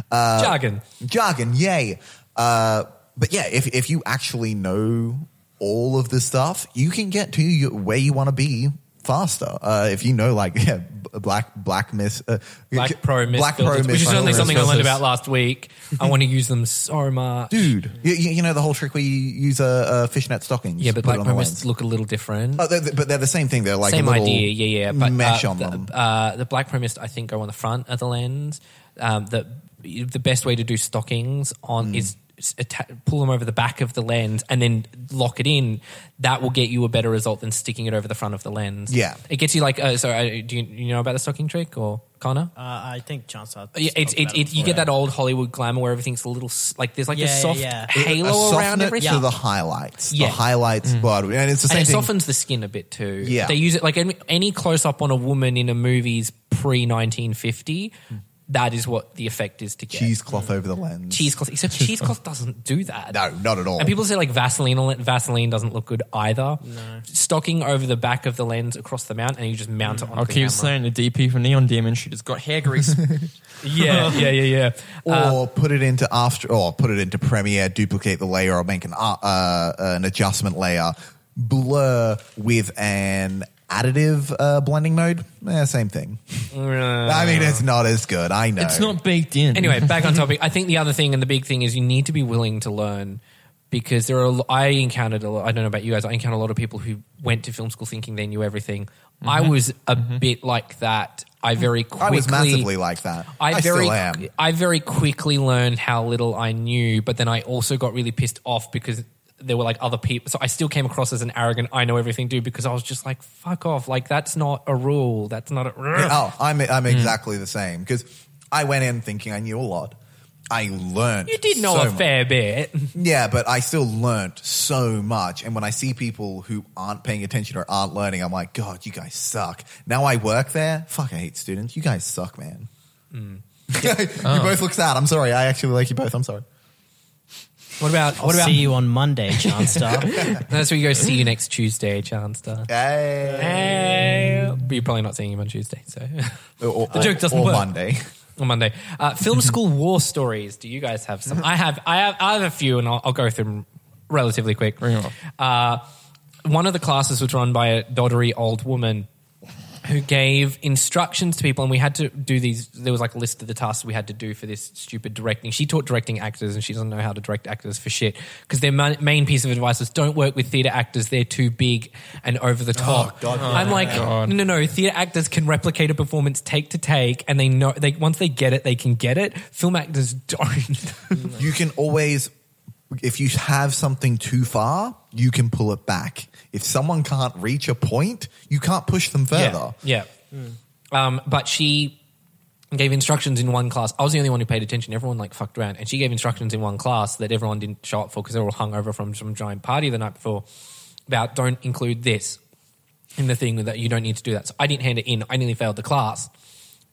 Uh,
jargon.
jargon, yay! Uh, but yeah, if if you actually know all of this stuff, you can get to your, where you want to be faster. Uh, if you know, like, [laughs] yeah, b- black black miss, uh,
Black Pro Mist
black
filters,
pro miss,
which is certainly
filters.
something I learned
filters.
about last week. I want to use them so much.
Dude, you, you you know the whole trick where you use a, a fishnet stocking. you
Yeah,
just
but
put it
Black
on the
Promists
lens.
look a little different.
Oh, they're, they're- but they're the same thing. They're like
Same
a little
idea, yeah, yeah. But
mesh
uh,
on
the,
them.
Uh, the Black Promist, I think, go on the front of the lens. Um, the the best way to do stockings
Mm.
on is s- atta- pull them over the back of the lens and then lock it in. That will get you a better result than sticking it over the front of the lens.
Yeah.
it gets you like. Uh, so, uh, do you, you know about the stocking trick or Connor?
Uh, I think Chance. had
Yeah, it's
spoke
it,
about
it, you
before.
get that old Hollywood glamour where everything's a little s- like there's like
Yeah,
this soft
yeah.
a
halo
softener
around everything.
to the highlights.
Yeah. Mm.
The highlights, but and it's the same
and it
thing.
softens the skin a bit too.
Yeah.
they use it like any, any close up on a woman in a movie's pre nineteen fifty. That is what the effect is to get
cheesecloth over the lens.
cheesecloth. Except cheesecloth doesn't do that.
No, not at all.
And people say like Vaseline on it. Vaseline doesn't look good either. No. Stocking over the back of the lens across the mount, and you just mount it on.
I'll
the
Oh, keep
camera.
saying the DP from Neon Demon. She just got hair grease. [laughs]
Yeah, yeah, yeah, yeah.
or
uh,
put it into after, or put it into Premiere, duplicate the layer, or make an uh, uh, an adjustment layer, blur with an additive uh, blending mode. Eh, same thing. I mean,
Uh.
it's not as good. I know.
it's not baked in.
anyway, back on topic. I think the other thing and the big thing is you need to be willing to learn because there are. a lo- I encountered a lot. I don't know about you guys. I encountered a lot of people who went to film school thinking they knew everything. I was a bit like that. I very quickly.
Mm-hmm. I was massively like that. I,
very,
still am.
I very quickly learned how little I knew, but then I also got really pissed off because there were like other people. So I still came across as an arrogant, I know everything dude because I was just like, fuck off. Like, that's not a rule. That's not a.
[clears throat] Oh, I'm I'm
Mm.
exactly the same because I went in thinking I knew a lot. I learned.
you did know
so
a
much.
fair bit.
Yeah, but I still learnt so much. And when I see people who aren't paying attention or aren't learning, I'm like, God, you guys suck. Now I work there. Fuck, I hate students. You guys suck, man.
Mm.
[laughs] you both look sad. I'm sorry. I actually like you both. I'm sorry.
What about,
I'll
what about
see you on Monday, Chance.
[laughs]
Star.
That's where you go see you next Tuesday, Chanster.
Hey.
Hey. But you're probably not seeing him on Tuesday, so [laughs]
Or, or-
The joke doesn't
or
work.
Monday.
on Monday. Uh, film school war stories. Do you guys have some? I have. I have. I have a few, and I'll, I'll go through them relatively quick.
Bring 'em
Uh, one of the classes was run by a doddery old woman who gave instructions to people, and we had to do these. There was like a list of the tasks we had to do for this stupid directing. She taught directing actors, and she doesn't know how to direct actors for shit. Because their ma- main piece of advice was don't work with theater actors; they're too big and over the top.
Oh, God.
I'm like, no, no, no. Theater actors can replicate a performance take to take, and they know they once they get it, they can get it. Film actors [laughs] don't.
you can always if you have something too far you can pull it back if someone can't reach a point you can't push them further
Yeah. yeah. Um, but she gave instructions in one class. I was the only one who paid attention. Everyone like fucked around, and she gave instructions in one class that everyone didn't show up for because they were all hungover from some giant party the night before. About don't include this in the thing that you don't need to do that. So I didn't hand it in. I nearly failed the class,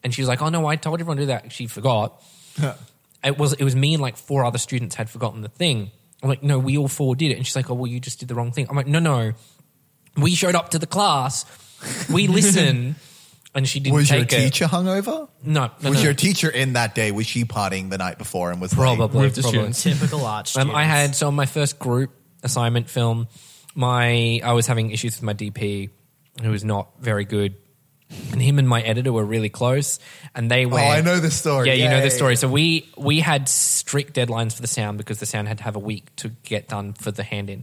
and she was like, "Oh no, I told everyone to do that." She
[laughs]
forgot. it was it was me and like four other students had forgotten the thing. I'm like, "No, we all four did it," and she's like, "Oh well, you just did the wrong thing." I'm like, "No, no." We showed up to the class.
[laughs]
We listen, and she didn't
was your
take it.
teacher hungover
No, no,
was
no.
your teacher in that day was she partying the night before and was like,
probably
With the
probably.
students.
Typical arch.
Um, I
students.
had so on my first group assignment film, my I was having issues with my DP, who was not very good, and him and my editor were really close, and they were.
Oh, I know this story.
Yeah, you know
Yay.
this story. So we we had strict deadlines for the sound because the sound had to have a week to get done for the hand in.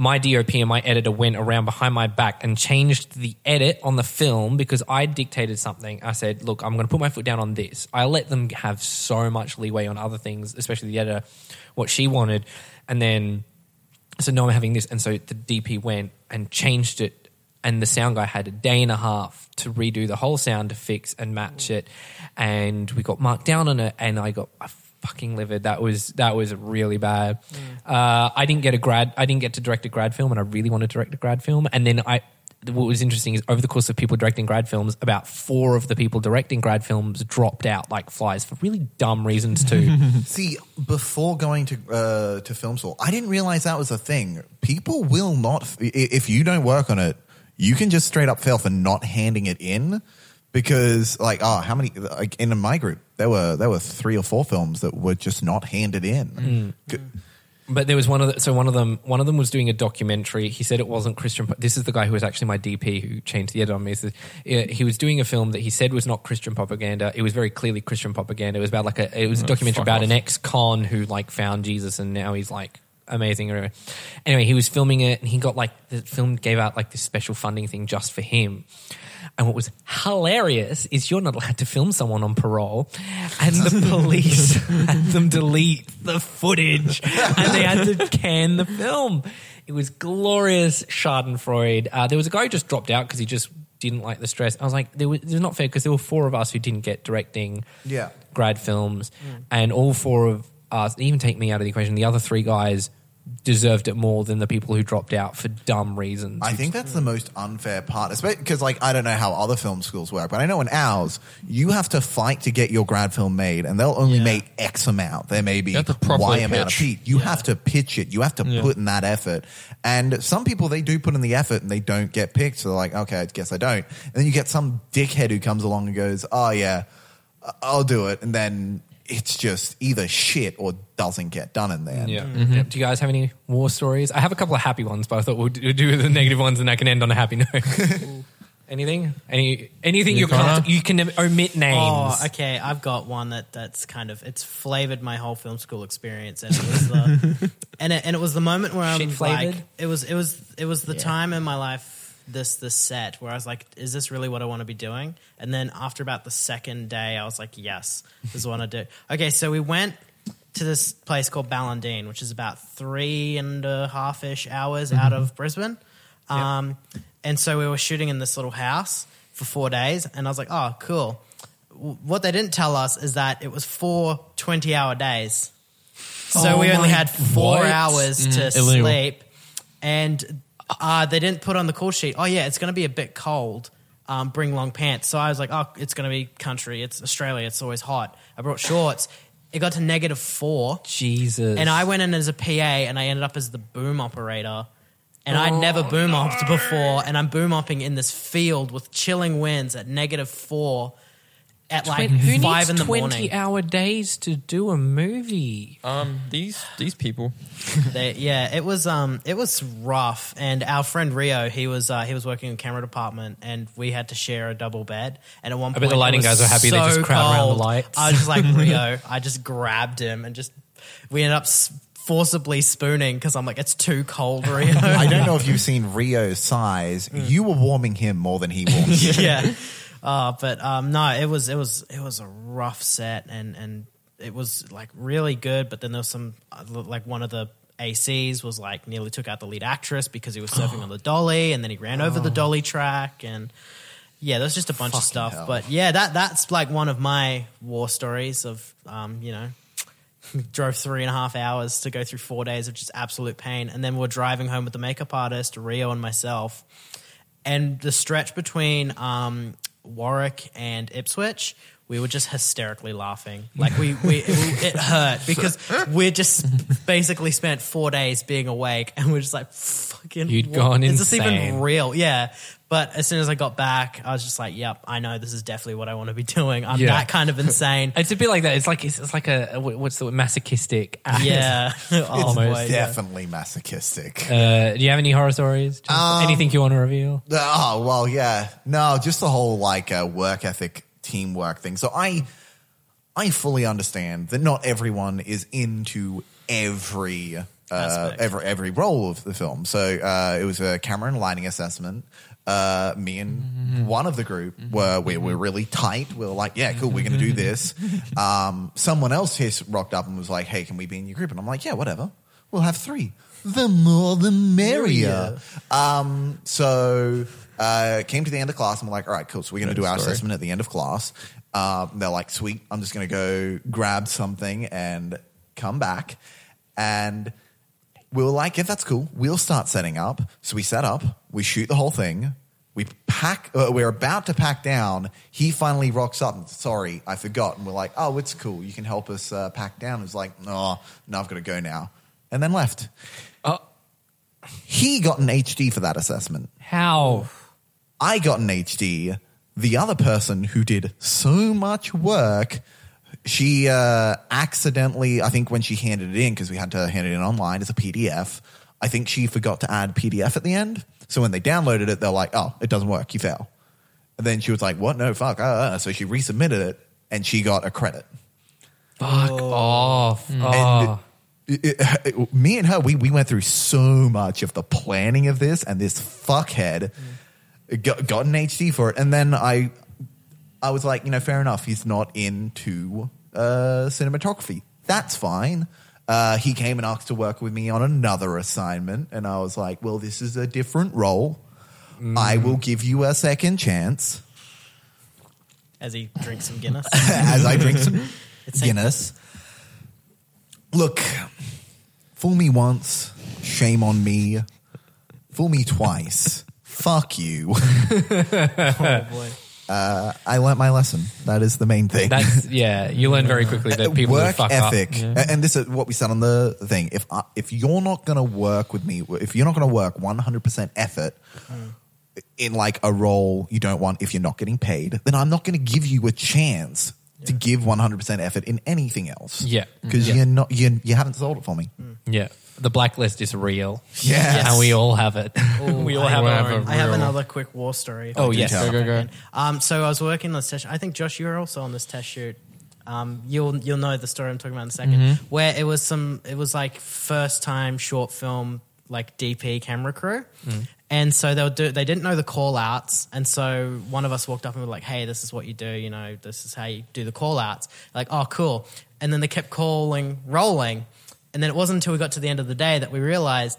My DOP and my editor went around behind my back and changed the edit on the film because I dictated something. I said, "Look, I'm going to put my foot down on this." I let them have so much leeway on other things, especially the editor, what she wanted, and then so now I'm having this. And so the DP went and changed it. And the sound guy had a day and a half to redo the whole sound to fix and match it. And we got marked down on it. And I got I fucking livid. That was that was really bad. Uh, I didn't get a grad. I didn't get to direct a grad film, and I really wanted to direct a grad film. And then I. What was interesting is over the course of people directing grad films, about four of the people directing grad films dropped out like flies for really dumb reasons too.
See, before going to uh, to film school, I didn't realize that was a thing. People will not f- i- if you don't work on it, you can just straight up fail for not handing it in because like oh, how many like in my group there were there were three or four films that were just not handed
Mm.
in. C-
But there was one of the, so one of them one of them was doing a documentary. He said it wasn't Christian. Pro- This is the guy who was actually my DP who changed the edit on me. He said- yeah, He was doing a film that he said was not Christian propaganda. It was very clearly Christian propaganda. It was about like a it was a documentary
Oh, fuck
about
off.
an ex-con who like found Jesus and now he's like amazing or whatever. Anyway, he was filming it and he got like the film gave out like this special funding thing just for him. And what was hilarious is you're not allowed to film someone on parole, and the police had them delete the footage, and they had to can the film. It was glorious Schadenfreude. Uh, there was a guy who just dropped out because he just didn't like the stress. I was like, there was, it was not fair because there were four of us who didn't get directing
Yeah.
grad films,
Mm.
and all four of us, even take me out of the equation, the other three guys deserved it more than the people who dropped out for dumb reasons.
I think that's the most unfair part, because like I don't know how other film schools work, but I know in ours you have to fight to get your grad film made, and they'll only make X amount. There may be
You have to
Y
properly
amount of
pitch.
feet. You have to pitch it. You have to
Yeah.
put in that effort. And some people they do put in the effort and they don't get picked. So they're like, okay, I guess I don't. And then you get some dickhead who comes along and goes, oh yeah, I- I'll do it, and then it's just either shit or doesn't get done in the end.
Mm.
Yeah. Mm-hmm. Do you guys have any war stories? I have a couple of happy ones, but I thought we'll do do the negative ones and I can end on a happy [laughs] note. anything? Any anything you're
Connor?
comfortable? You can omit names.
Oh, okay. I've got one that that's kind of it's flavored my whole film school experience, and it was the and it, and it was the moment where I'm
Shit-flavored?
like, it was it was it was the time in my life this this set where I was like, is this really what I want to be doing? And then after about the second day, I was like, yes, this is what I do. Okay, so we went to this place called Ballandine, which is about three and a half ish hours out of Brisbane. Um, And so we were shooting in this little house for four days, and I was like, oh, cool. W- What they didn't tell us is that it was four 20 hour days. So
Oh
we only
my-
had four
what? Mm,
hours to
illegal.
sleep, and uh, they didn't put on the call sheet. Oh yeah, it's going to be a bit cold. Um, bring long pants. So I was like, oh, it's going to be country. It's Australia. It's always hot. I brought shorts. It got to negative four.
Jesus.
And I went in as a PA and I ended up as the boom operator. And I'd never
Oh,
boom opped before. And I'm boom opping in this field with chilling winds at negative four. at like
Twen- who
five
needs
in the
20
morning.
hour days to do a movie?
Um, these these people.
They, yeah, it was um, it was rough. And our friend Rio, he was uh, he was working in camera department, and we had to share a double bed. And at one
bet
point,
the
it
lighting
was
guys were happy they
so
just crowd around the
cold.
lights.
I was
[laughs]
just like Rio. I just grabbed him and just we ended up s- forcibly spooning because I'm like, it's too
[laughs]
cold, Rio.
I don't know if you've seen Rio's size. You were warming him more than he
[laughs]
warmed. you.
yeah. Uh, but um, no, it was it was it was a rough set, and and it was like really good. But then there was some uh, like one of the ACs was like nearly took out the lead actress because he was surfing on the dolly, and then he ran over the dolly track, and yeah, there's just a bunch of stuff.
hell.
But yeah, that that's like one of my war stories of um, you know. Drove three and a half hours to go through four days of just absolute pain. And then we we're driving home with the makeup artist, Rio, and myself and the stretch between um, Warwick and Ipswich, we were just hysterically laughing. Like we, we it, it hurt because we just basically spent four days being awake, and we're just like, fucking,
You'd
what-
gone
is this
insane.
even real? Yeah. But as soon as I got back, I was just like, yep, I know this is definitely what I want to be doing. I'm
Yeah.
that kind of insane.
It's a bit like that. It's like it's, it's like a, a- what's the word? masochistic. act.
yeah. [laughs] oh, boy,
Almost.
yeah.
Definitely masochistic.
Uh, do you have any horror stories? Just anything you want to reveal?
Oh well, yeah. No, just the whole like uh, work ethic, teamwork thing. So I, I fully understand that not everyone is into every uh,
Aspect.
every every role of the film. So uh, it was a camera and lighting assessment. Uh, me and one of the group were we were really tight. We were like, yeah, cool, we're gonna do this. Um, someone else just rocked up and was like, hey, can we be in your group? And I'm like, yeah, whatever. We'll have three. The more, the merrier. Um, so uh, came to the end of class and we're like, all right, cool. So we're gonna do our
story.
assessment assessment at the end of class. Um, they're like, sweet, I'm just going to go grab something and come back. And we were like, yeah, that's cool. We'll start setting up. So we set up, we shoot the whole thing. We pack, uh, we're about to pack down. He finally rocks up. and, Sorry, I forgot. And we're like, oh, it's cool. You can help us uh, pack down. He's like, no, no, I've got to go now. And then left.
Oh.
He got an HD for that assessment.
How?
I got an HD. The other person who did so much work, she uh, accidentally, I think when she handed it in, because we had to hand it in online as a PDF, I think she forgot to add PDF at the end. So when they downloaded it, they're like, oh, it doesn't work. You fail. And then she was like, what? No, fuck. Uh, uh. So she resubmitted it and she got a credit.
Fuck off.
And
Oh.
it- it- it- me and her, we, we went through so much of the planning of this, and this fuckhead got, got an HD for it. And then I, I was like, you know, fair enough. He's not into uh, cinematography. That's fine. Uh, he came and asked to work with me on another assignment, and I was like, well, this is a different role. I will give you a second chance
As he drinks some Guinness.
[laughs]
Oh,
as I drink some
It's
Guinness. Look, fool me once, shame on me. Fool me twice, fuck you. [laughs]
Oh, boy.
I learnt my lesson. That is the main thing.
That's yeah. You learn very quickly that people will
Uh, work
fuck
ethic,
up.
A- and, this is what we said on the thing. If I, if you're not going to work with me, if you're not going to work 100 percent effort in like a role you don't want, if you're not getting paid, then I'm not going to give you a chance to give 100 percent effort in anything else.
Yeah.
Mm,
because
Yeah.
you're not you you haven't sold it for me.
Yeah, the blacklist is real.
Yeah. Yes.
and we all have it. [laughs] we all
I
have
have
our
a
own.
I have
Real-
another quick war story. if
Oh,
I can
yes.
jump
Go, go,
back
go.
in. Um, so I was working on this test. I think Josh, you were also on this test shoot. Um, you'll you'll know the story I'm talking about in a 2nd Where it was some, it was like first time short film like DP camera crew, and so they will do. They didn't know the call outs, and so one of us walked up and was like, "Hey, this is what you do. You know, this is how you do the call outs." Like, oh, cool. And then they kept calling, rolling, and then it wasn't until we got to the end of the day that we realized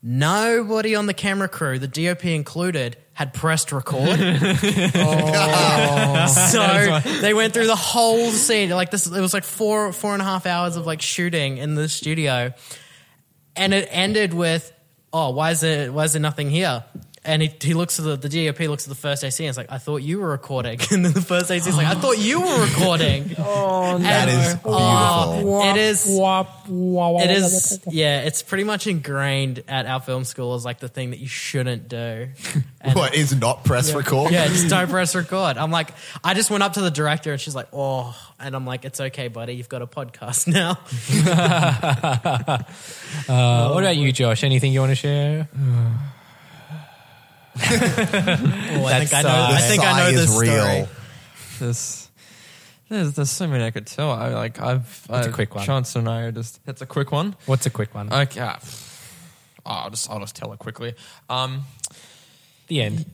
Nobody on the camera crew, the DOP included, had pressed record.
Oh.
[laughs] so they went through the whole scene. Like this, it was like four four and a half hours of like shooting in the studio, and it ended with, "Oh, why is there why is there nothing here?" And he, he looks at the, the DOP looks at the first AC and is like, I thought you were recording. [laughs] And then the first AC is like, I thought you were recording. oh,
That is beautiful.
it is. It is. Yeah, it's pretty much ingrained at our film school as like the thing that you shouldn't do. And-
What is not press record?
yeah, just don't press record. I'm like, I just went up to the director and she's like, oh, and I'm like, it's okay, buddy. You've got a podcast [laughs] now.
Uh, what about you, Josh? Anything you want to share?
Oh, I think I know.
The
I think I
sigh
know
is
this
real.
story.
There's, there's there's so many I could tell. I like I've
It's a
I-
quick one.
Chance and I are just it's a quick one.
What's a quick one?
Okay, ah, I'll just I'll just tell it quickly. Um,
the end.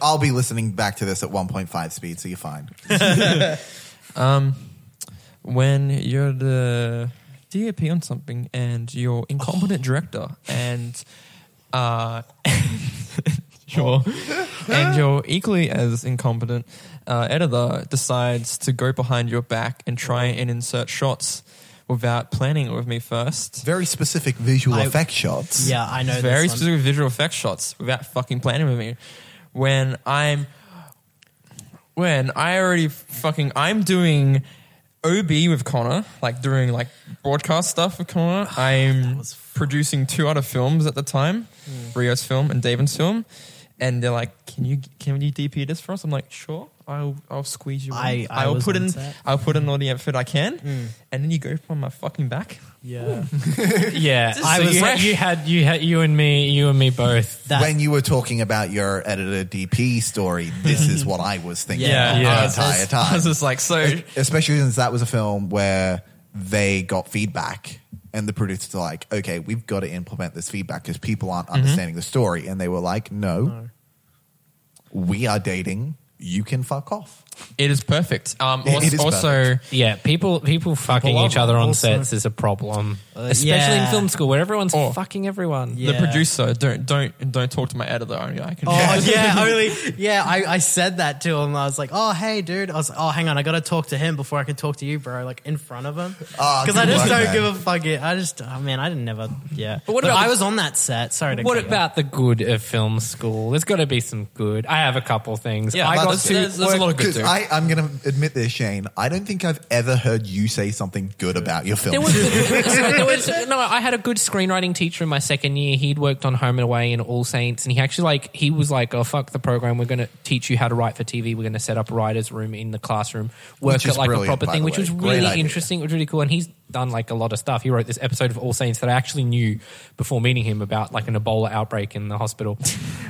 I'll be listening back to this at 1.5 speed, so you're fine.
um, when you're the DAP on something and you're incompetent director and uh, [laughs] sure, [laughs] and you're equally as incompetent uh, editor decides to go behind your back and try and insert shots without planning it with me first.
Very specific visual
I-
effect shots.
Yeah, I know.
very
this one.
specific visual effects shots without fucking planning with me. When I'm, when I already fucking, I'm doing OB with Connor, like doing like broadcast stuff
[sighs]
with Connor. I'm
was fun. Hmm.
producing two other films at the time, Rio's film and Davin's film, and they're like, "Can you can you DP this for us?" I'm like, "Sure." I'll I'll squeeze you. in.
I- I
I'll
was
put
on
in
set. Hmm.
I'll put in all the effort I can, and then you go from my fucking back.
Yeah,
Yeah, I
so
was.
fresh.
You had you had you and me, you and me both.
that,
when you were talking about your editor DP story, this is what I was thinking
Yeah,
the
I was
entire
just-
time.
[laughs]
[laughs] I was just like, so
Especially since that was a film where they got feedback and the producers are like, okay, we've got to implement this feedback because people aren't
Mm-hmm.
understanding the story. And they were like, no, we are dating. You can fuck off.
[laughs]
It is perfect. Um,
It-
also,
it is
also
Yeah, people people fucking
love
each other on
also-
sets is a problem, especially in
yeah.
film school where everyone's
Oh.
fucking everyone.
Yeah.
the producer don't don't don't talk to my editor. Only I can.
Oh yeah, only yeah. I, I said that to him. I was like, "Oh hey, dude." I was like, "Oh hang on, I gotta talk to him before I can talk to you, bro." Like in front of him, because
Ah,
I
good
just
work,
don't
man.
give a fuck. It. I just, oh man, I didn't never. Yeah, but,
what about
I
the-
was on that set. Sorry to.
What
cut you
about the good of film school? There's got to be some good. I have a couple things.
Yeah,
I
well,
got
there's-
to
there's- there's a
work-
lot of good
Because
there.
I, I'm going to admit this, Shane. I don't think I've ever heard you say something good about your film.
There was, there was- no. I had a good screenwriting teacher in my second year. He'd worked on Home and Away and All Saints, and he actually like he was like, "Oh fuck the program. We're going to teach you how to write for TV. We're going to set up a writers' room in the classroom, work
Which
at
is
like a
brilliant,
proper
by
thing,
the
which
way.
was
Great
really
idea.
interesting. It was really cool, and he's done like a lot of stuff. He wrote this episode of All Saints that I actually knew before meeting him about like an Ebola outbreak in the hospital.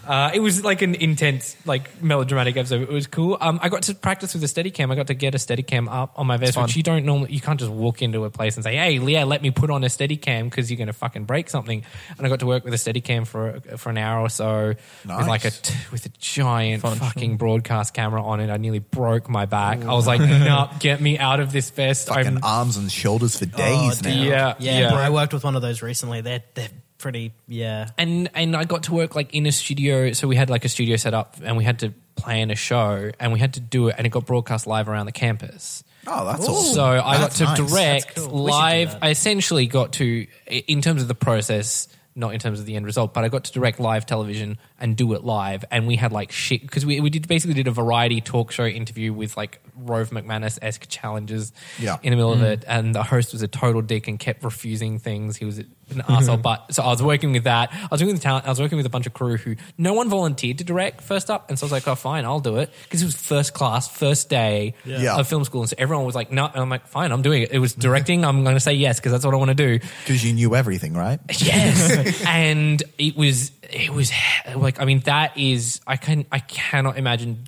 uh, it was like an intense, like melodramatic episode. It was cool. Um, I got to practice with a Steadicam. I got to get a Steadicam up on my vest,
fun.
which you don't normally. You can't just walk into a place and say, "Hey, Leah, let me put on a Steadicam because you're going to fucking break something." And I got to work with a Steadicam for for an hour or so with
Nice.
like a t- with a giant
Fun.
fucking broadcast camera on it. I nearly broke my back. I was like, "No, get me out of this vest."
fucking
I'm,
arms and shoulders for
Oh,
days now.
dude.
Yeah,
yeah,
yeah.
bro, I worked with one of those recently. They're they're pretty. Yeah,
and and I got to work like in a studio. So we had like a studio set up, and we had to plan a show, and we had to do it, and it got broadcast live around the campus.
Oh, that's awesome.
So I got
That's
to
nice.
direct
That's cool. We should do
live.
that.
I essentially got to, in terms of the process, not in terms of the end result, but I got to direct live television and do it live. And we had like shit because we, we did basically did a variety talk show interview with like Rove McManus esque challenges
Yeah.
in the middle of it. And the host was a total dick and kept refusing things. He was an
Mm-hmm.
asshole. But so I was working with that. I was working with the talent. I was working with a bunch of crew who no one volunteered to direct first up. And so I was like, oh, fine, I'll do it because it was first class, first day
Yeah.
of film school, and so everyone was like, "No," and I'm like, "Fine, I'm doing it." It was directing. I'm going to say yes because that's what I want to do.
Because you knew
[laughs]
everything, right?
Yes, [laughs] and it was it was like I mean that is I can I cannot imagine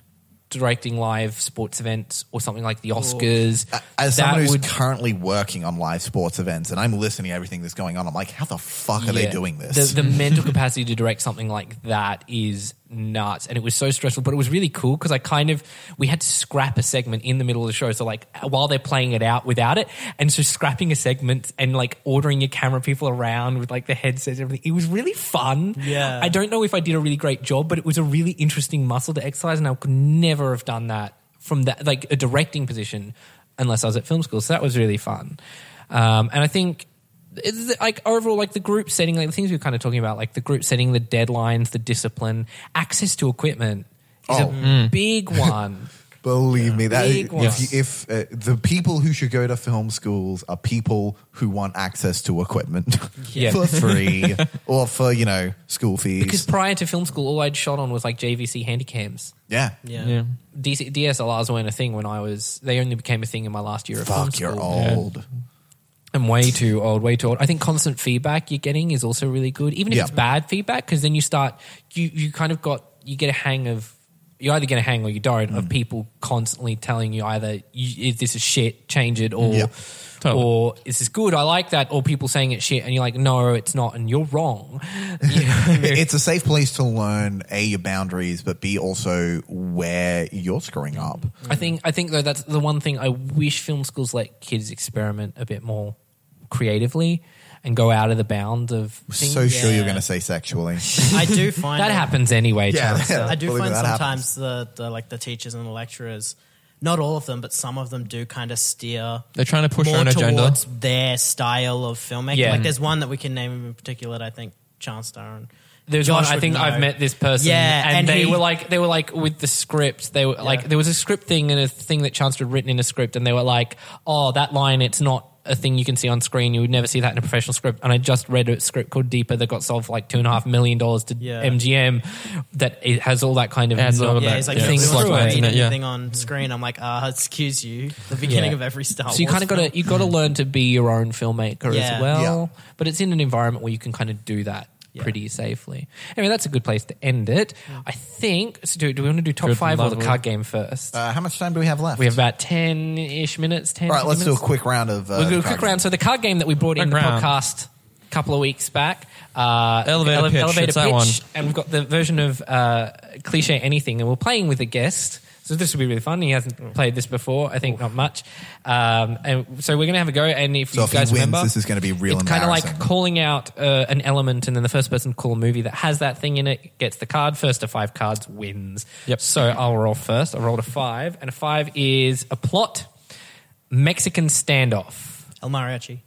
directing live sports events or something like the Oscars.
As
that
someone who's currently working on live sports events and I'm listening to everything that's going on, I'm like, how the fuck are they
Yeah.
doing this?
The, the mental capacity to direct something like that is nuts. And it was so stressful, but it was really cool because I kind of, we had to scrap a segment in the middle of the show. So, like, while they're playing it out without it. And so, scrapping a segment and like ordering your camera people around with like the headsets and everything, it was really fun.
Yeah.
I don't know if I did a really great job, but it was a really interesting muscle to exercise. And I could never have done that from that, like a directing position, unless I was at film school. So, that was really fun. Um, and I think it's the- like overall like the group setting like the things we were kind of talking about like the group setting the deadlines the discipline access to equipment is
Oh.
a
[laughs]
big one
Believe me, that
Big
if,
one.
you- if uh, the people who should go to film schools are people who want access to equipment
[laughs] Yeah. [laughs]
for free or for you know school fees.
because prior to film school all I'd shot on was like JVC handycams
yeah,
Yeah.
Yeah.
DC, DSLRs weren't a thing when I was they only became a thing in my last year of film
fuck,
school
you're
[laughs]
old.
I'm way too old, way too old. I think constant feedback you're getting is also really good, even if
Yeah.
it's bad feedback, because then you start you you kind of got you get a hang of you either get a hang or you don't
Mm.
of people constantly telling you either you, if this is shit, change it, or
Yeah.
Totally.
or this is good, I like that, or people saying it's shit, and you're like, no, it's not, and you're wrong. [laughs] You know?
It's a safe place to learn a your boundaries, but b also where you're screwing up.
I think I think though that's the one thing I wish film schools let kids experiment a bit more creatively and go out of the bounds of things.
So sure
Yeah.
you're going to
[laughs]
say sexually.
I do find
that
it-
happens anyway.
Yeah.
Travis.
Yeah.
I do
Believe me,
find
that
sometimes the, the like the teachers and the lecturers, not all of them, but some of them do kind of steer.
They're trying to push
more
their own agenda.
towards their style of filmmaking.
Yeah.
Like there's one that we can name in particular. That I think Chance Darren.
There's
Josh
one I
would
think
know.
I've met this person.
Yeah,
and,
and
they
he-
were like they were like with the script. They were like there was a script thing and a thing that Chancellor had written in a script, and they were like, "Oh, that line, it's not a thing you can see on screen. You would never see that in a professional script." And I just read a script called Deeper that got sold for like two and a half million dollars to
Yeah.
MGM. That it has all that kind of
Adds all
no-
of
Yeah,
that,
he's like,
yeah.
yeah, we
Things
want
like that,
to read
isn't it? Yeah.
anything on screen. I'm like, ah, excuse you. The beginning
Yeah.
of every Star Wars.
So you kind of got
film.
to you
[laughs]
got to learn to be your own filmmaker as
Yeah.
well. But it's in an environment where you can kind of do that
Yeah. Mm.
pretty safely. Anyway, that's a good place to end it. I think. So do, do we want to do top
Good
five or the
level.
card game first?
Uh, how much time do we have left?
we have about ten ish minutes. Ten.
All right, let's do a
minutes.
quick round of. Uh,
We'll do a
cards.
quick round. So the card game that we brought in
Quick
the
round.
podcast a couple of weeks back, uh,
Elevator
ele-
pitch,
elevator
it's that
pitch,
one.
and we've got the version of uh, cliche anything, and we're playing with a guest. So this will be really fun. He hasn't played this before, I think, not much. Um, and so we're gonna have a go. And if
So
you
if he
guys
wins,
remember,
this is gonna be real
It's kind of like
embarrassing.
calling out uh, an element, and then the first person to call a movie that has that thing in it gets the card. First to five cards wins.
Yep.
So I'll roll first. I rolled a five, and a five is a plot. Mexican standoff.
El Mariachi.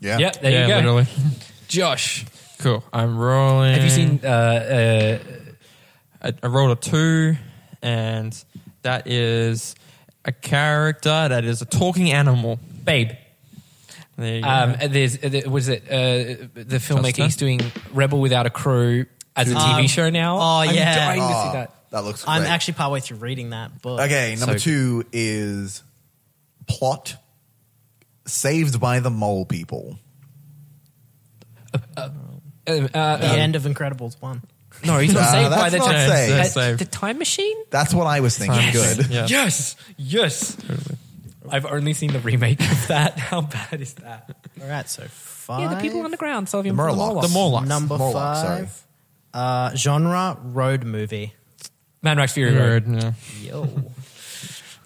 Yeah.
Yep, there
yeah,
you go.
literally. [laughs]
Josh,
Cool. I'm rolling.
have you seen? Uh,
I, I rolled a two, and that is a character that is a talking animal.
uh, Babe.
There you go.
Um, there's uh, the- was it uh, the filmmaker?
Chester?
He's doing Rebel Without a Crew as a
Um,
TV show now.
oh,
I'm
yeah.
dying to see
Ah,
that.
that looks. Great.
I'm actually partway through reading that book.
Okay, number
So-
two is plot saved by the mole people.
Um, uh,
The end of Incredibles one.
no, he's not
Nah,
saved by
Uh, that's
the
not
time.
saved.
uh,
That's saved.
The time machine.
That's what I was thinking. Good.
Yeah.
[laughs] Yes. Yes. I've only seen the remake of that. [laughs] How bad is that?
All right, so five.
Yeah, the people underground solving
The
the
Morlocks.
Morlocks.
the Morlocks.
Number
Morlock, sorry.
five. Uh, genre road movie.
Mad Max Fury Road.
Nerd, yeah.
Yo. [laughs]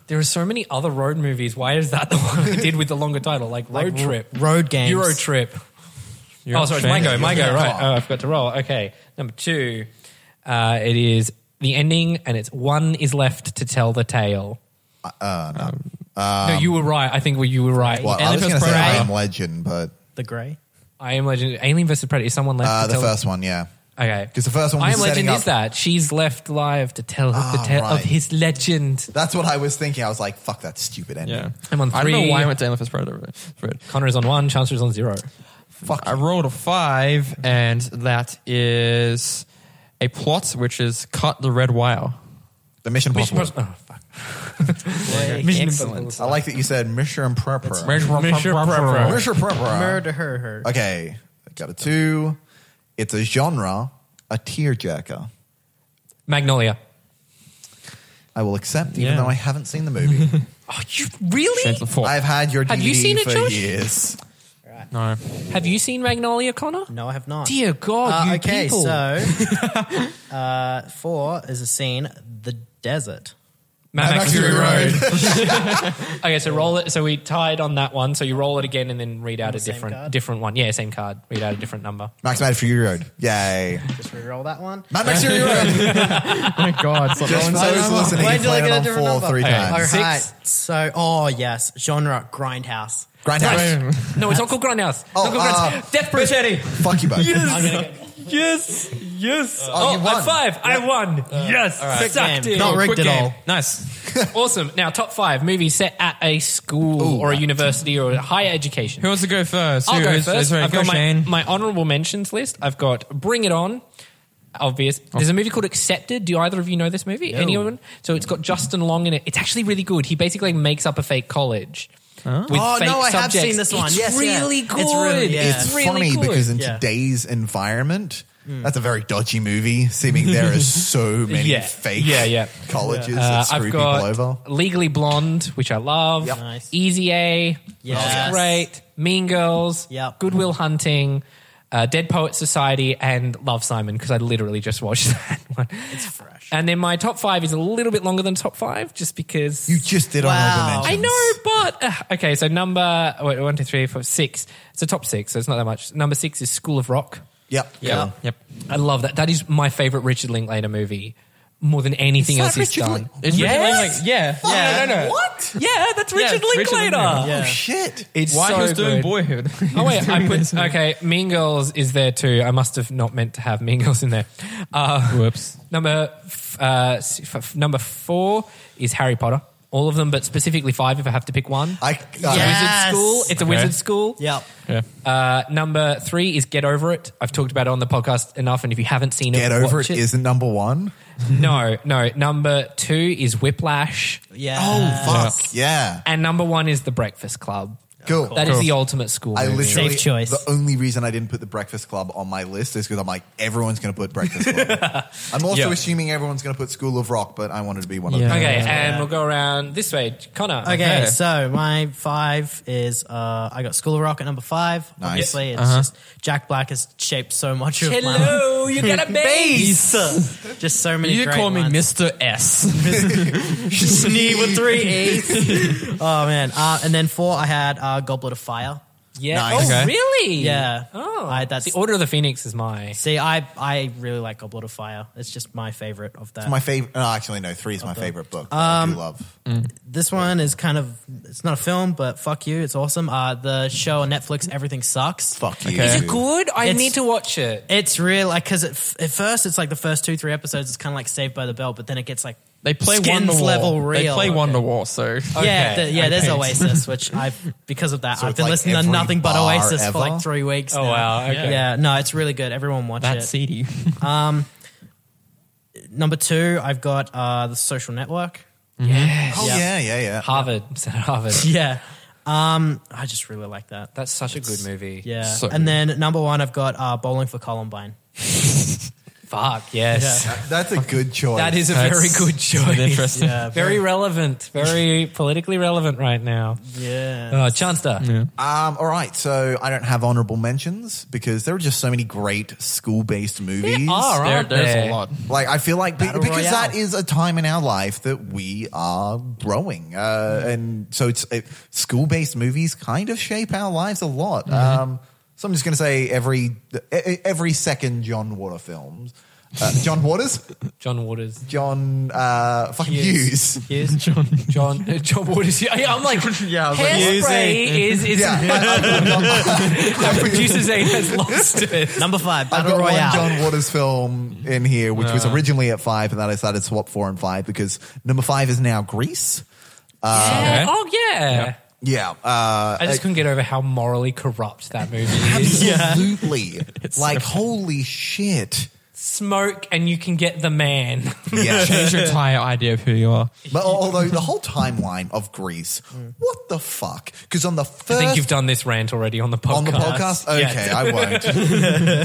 There are so many other road movies. Why is that the one we did with the longer title? Like Road Trip,
Road games.
Euro Trip.
You're
oh, sorry, it's my
strange.
go, my go.
Yeah.
Right, oh, I forgot to roll. Okay, number two. Uh, it is the ending, and it's one is left to tell the tale. Uh, no. no, you were right. I think well, you were right.
Well, I
Alien
was going to
vs.
say I
Predator.
am Legend, but
The Grey.
I am Legend. Alien vs. Predator. Is someone left?
uh,
to
the
tell
first one, yeah.
Okay,
'Cause the first one
I
was
am Legend
setting
is
up-
that she's left live to tell the
Ah,
tale of
right.
his legend.
That's what I was thinking. I was like, "Fuck that stupid ending."
Yeah.
I'm on
I don't
three.
know why I went to Alien vs. Predator. but it's weird.
Connor is on one. Chancellor is on zero.
Fuck.
I rolled a five, and that is a plot which is cut the red wire.
The Mission
Mission
Impossible.
Impossible- oh, fuck.
Mission
I like that you said Mission Improper.
Mission Impossible.
Mission Improper.
Murder her. her.
Okay, got a two. It's a genre, a tearjerker.
Magnolia.
I will accept, even
Yeah.
though I haven't seen
[laughs]
the movie.
Oh, you really?
Chancellor Four.
I've had your DVD
Have you seen it,
for
Josh?
years.
no.
Have you seen Magnolia, Connor?
No, I have not.
Dear God,
Uh,
you
okay,
people.
so uh, four is a scene, the desert.
Mad [laughs] Max Fury
Fury
Road. okay, so roll it. So we tied on that one. So you roll it again and then read out a
the same
different
card?
different one. Yeah, same card. Read out a different number.
Max Mad Fury Road. Yay.
Just reroll that one.
Mad Max
[laughs]
Fury Road.
Thank God. [laughs] It's not
Just
rolling
for those listening,
Wait
he's
till I
played it
get a
on
different
four
number.
three
Okay.
All right.
times.
So, oh yes, genre grindhouse.
Grindhouse.
No, it's not called Grindhouse. It's
Oh,
not called
uh,
Grindhouse. Death Bruschetti.
Fuck
[laughs]
you both.
Yes, yes.
Oh,
Oh,
you
I
won.
five. I won. yes,
Quick
sucked
game.
in.
Not rigged
Quick
at
game.
all.
Oh, Nice.
[laughs] Awesome. Now, top five movies set at a school
Ooh,
or a
right.
university or a higher education.
Who wants to go first?
I'll
Who
go
is-
first.
is ready?
I've
Go,
got my,
Shane.
my honorable mentions list. I've got Bring It On. Obvious. There's a movie called Accepted. Do either of you know this movie? Anyone? So it's got Justin Long in it. It's actually really good. He basically makes up a fake college. With
Oh,
fake
no, I have
subjects.
seen this one.
It's
Yes, yeah.
really
It's
good.
really- yeah.
It's
It's
really
funny
good.
because in
Yeah.
today's environment, that's a very dodgy movie. Seeming there is so
[laughs]
many
Yeah.
fake
Yeah, yeah.
colleges
Uh,
that screw
I've got
people over.
Legally Blonde, which I love.
Yep.
Nice.
Easy A,
Yes.
that's great. Mean Girls,
Yep.
Goodwill Hunting, uh, Dead Poet Society, and Love Simon because I literally just watched [laughs] that one. It's
fresh.
And then my top five is a little bit longer than top five, just because
You just did honorable
Wow.
mentions.
I know, but uh, okay. So number wait, one, two, three, four, six. It's a top six, so it's not that much. Number six is School of Rock.
Yep.
Yeah.
Yep.
I love that. That is my favorite Richard Linklater movie. More than anything
Is that
else he's
Richard
done.
Link-
It's
Yes?
Richard Linklater. Yeah. Yeah. No, no, no.
What?
Yeah, that's
Yeah,
Richard
it's Richard
Linklater.
Linklater.
Oh
Yeah.
shit!
It's
Why
so
he was doing
good.
Boyhood?
[laughs] Oh wait, I
[laughs]
put okay. Mean Girls is there too. I must have not meant to have Mean Girls in there. Uh,
Whoops.
number f- uh, s- f- f- number four is Harry Potter. All of them, but specifically five. If I have to pick one,
I,
Yeah.
wizard
Yes.
school. It's a
Okay.
wizard school.
Yep.
Yeah.
Uh, number three is Get Over It. I've talked about it on the podcast enough, and if you haven't seen it,
Get over
watch
it isn't number one.
no, no. Number two is Whiplash, Uh,
Yeah.
Oh fuck! Yeah,
and number one is The Breakfast Club.
cool.
That is
Cool.
the ultimate school.
I
movie.
literally
Safe choice.
the only reason I didn't put the Breakfast Club on my list is because I'm like everyone's going to put Breakfast Club. I'm also
Yeah.
assuming everyone's going to put School of Rock, but I wanted to be one of
Yeah.
them.
Okay,
Yeah.
and we'll go around this way, Connor.
Okay,
Okay.
so my five is uh, I got School of Rock at number five.
Nice.
Obviously, it's just Jack Black has shaped so much of my life.
Hello, you got
[laughs]
a base.
Ace. just so many.
You
great
call me
ones.
Mr. S.
Snee with three A's. oh man, uh, and then four I had uh, Goblet of Fire.
Yeah.
Nice.
Oh,
Okay.
really?
Yeah.
Oh,
I- that's-
the Order of the Phoenix is my.
See, I I really like Goblet of Fire. It's just my favorite of that.
My favorite. No, actually, no. Three is my favorite book. That I do love.
this one is kind of it's not a film, but fuck you, it's awesome. Uh, the show on Netflix, Everything Sucks.
Fuck you.
Is it
Good. I
It's-
need to watch it.
It's real, like, because at, f- at first it's like the first two, three episodes, it's kind of like Saved by the Bell, but then it gets like
They play
skins
Wonderwall.
level real.
They play
Okay.
Wonderwall, so [laughs]
Yeah,
Okay,
the- yeah. There's
[laughs]
okay.
Oasis, which I because of that
So
I've
it's
been
like
listening to
every
nothing but
bar
Oasis
ever?
for like three weeks.
Oh,
now.
wow, okay.
Yeah, no, it's really good. Everyone watch
that's
it.
seedy.
Number two, I've got uh, the Social Network.
Yes.
Oh yeah, yeah, yeah.
Harvard. [laughs] It's at
[laughs]
Harvard.
Yeah, um, I just really like that.
That's such a good movie.
Yeah,
So
and then number one, I've got uh, Bowling for Columbine.
Fuck yes.
That- That's a good
[laughs]
choice.
That is a
That's
very good
An
choice. [laughs]
interesting.
Yeah,
Very relevant. Very politically relevant right now.
yeah.
Uh, Chanster.
Um, all right, so I don't have honorable mentions because there are just so many great school-based movies.
are,
[laughs] There,
aren't
there's
there?
a lot.
Like I feel like be-
Battle
because
Royale.
that is a time in our life that we are growing, uh, and so it's it, school-based movies kind of shape our lives a lot. Um, so I'm just going to say every e- e- every second John Water films, uh, John Waters,
John Waters.
John uh, fucking Hughes.
[laughs]
Yes. John. John. uh, John Waters. Yeah, yeah, I'm like.
Yeah, I was like,
Hairspray is is
Yeah, I- I- I- I- [laughs]
producer Zane has lost it.
number five,
I've
Battle
got
Royale.
one John Waters film in here, which was originally at five, and then I decided to swap four and five because number five is now Greece.
Yeah.
Okay.
Oh yeah.
Yeah, uh,
I just couldn't get over how morally corrupt that movie is. [laughs]
absolutely. like, holy shit.
Smoke and you can get the man. [laughs]
Yeah,
[laughs] Change your entire idea of who you are.
but al- although the whole timeline of Greece, what the fuck? Because on the first
Mm. I think you've done this rant already on the podcast.
on the podcast, okay,
Yeah.
I
[laughs]
won't.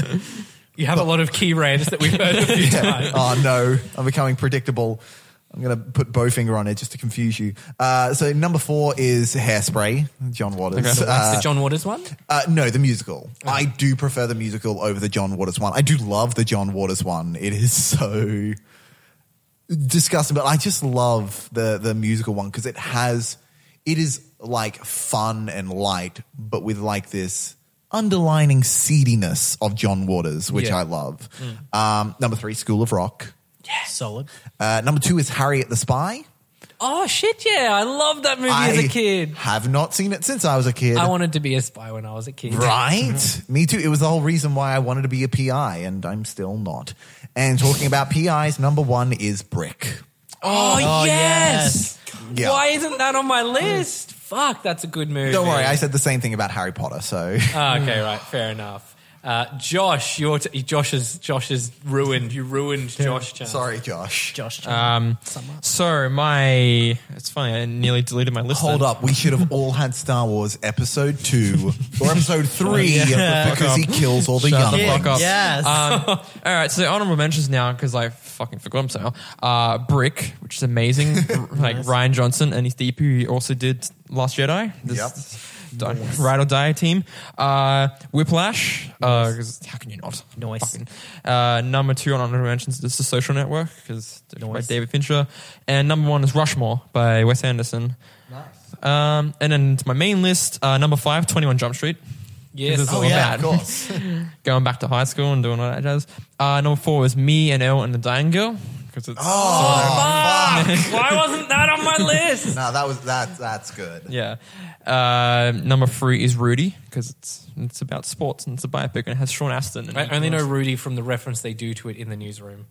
You have a lot of key rants that we've heard a few times.
oh no, I'm becoming predictable. I'm gonna put Bowfinger on it just to confuse you. Uh, so number four is Hairspray, John Waters.
Okay.
Uh,
That's the John Waters one?
Uh, no, the musical. I do prefer the [laughs] musical over the John Waters one. I do love the John Waters one. It is so. disgusting, but I just love the the musical one because it has it is like fun and light, but with like this underlining seediness of John Waters, which
Yeah. Mm.
I love. Um, number three, School of Rock.
Solid.
Uh, number two is Harriet the Spy.
Oh shit! Yeah, I loved that movie
I
as a kid.
have not seen it since I was a kid.
I wanted to be a spy when I was a kid.
Right? Mm-hmm. Me too. It was the whole reason why I wanted to be a PI, and I'm still not. And talking about PIs, number one is Brick.
Oh, yes.
yes.
Yeah.
Why isn't that on my list? Fuck, that's a good movie.
Don't worry, I said the same thing about Harry Potter, so.
Ah, okay, right, fair enough. Uh, Josh, your t- Josh is Josh is ruined. You ruined Josh. Chan.
[laughs] Sorry, Josh.
Josh.
Um, so my, it's funny. I nearly deleted my list.
Hold
then.
up, we should have all had Star Wars episode two or episode three because he kills all the
Shut the
young
fuck up.
ones.
Yes.
Um, [laughs] all right, so honorable mentions now because I fucking forgot them somehow. Uh, Brick, which is amazing,
[laughs]
like Ryan Johnson and his DP who also did Last Jedi. This,
Yep.
Don't- Ride or Die team. Uh, Whiplash. uh 'cause how can you not?
Nice.
Fucking. Uh, number two on honorable mentions is The Social Network because by
Nice.
David Fincher, and number one is Rushmore by Wes Anderson. Nice. Um, and then to my main list, uh, number five, 21 Jump Street.
Yes.
This is
Oh,
all
yeah,
about
of course.
going back to high school and doing all that jazz. Uh, number four was me and Elle and the Dying Girl because it's
Why wasn't that on [laughs] my list?
No, that was that. That's good.
yeah. Uh, number three is Rudy because it's it's about sports and it's a biopic and it has Sean Astin. And
I only know Rudy from the reference they do to it in the newsroom.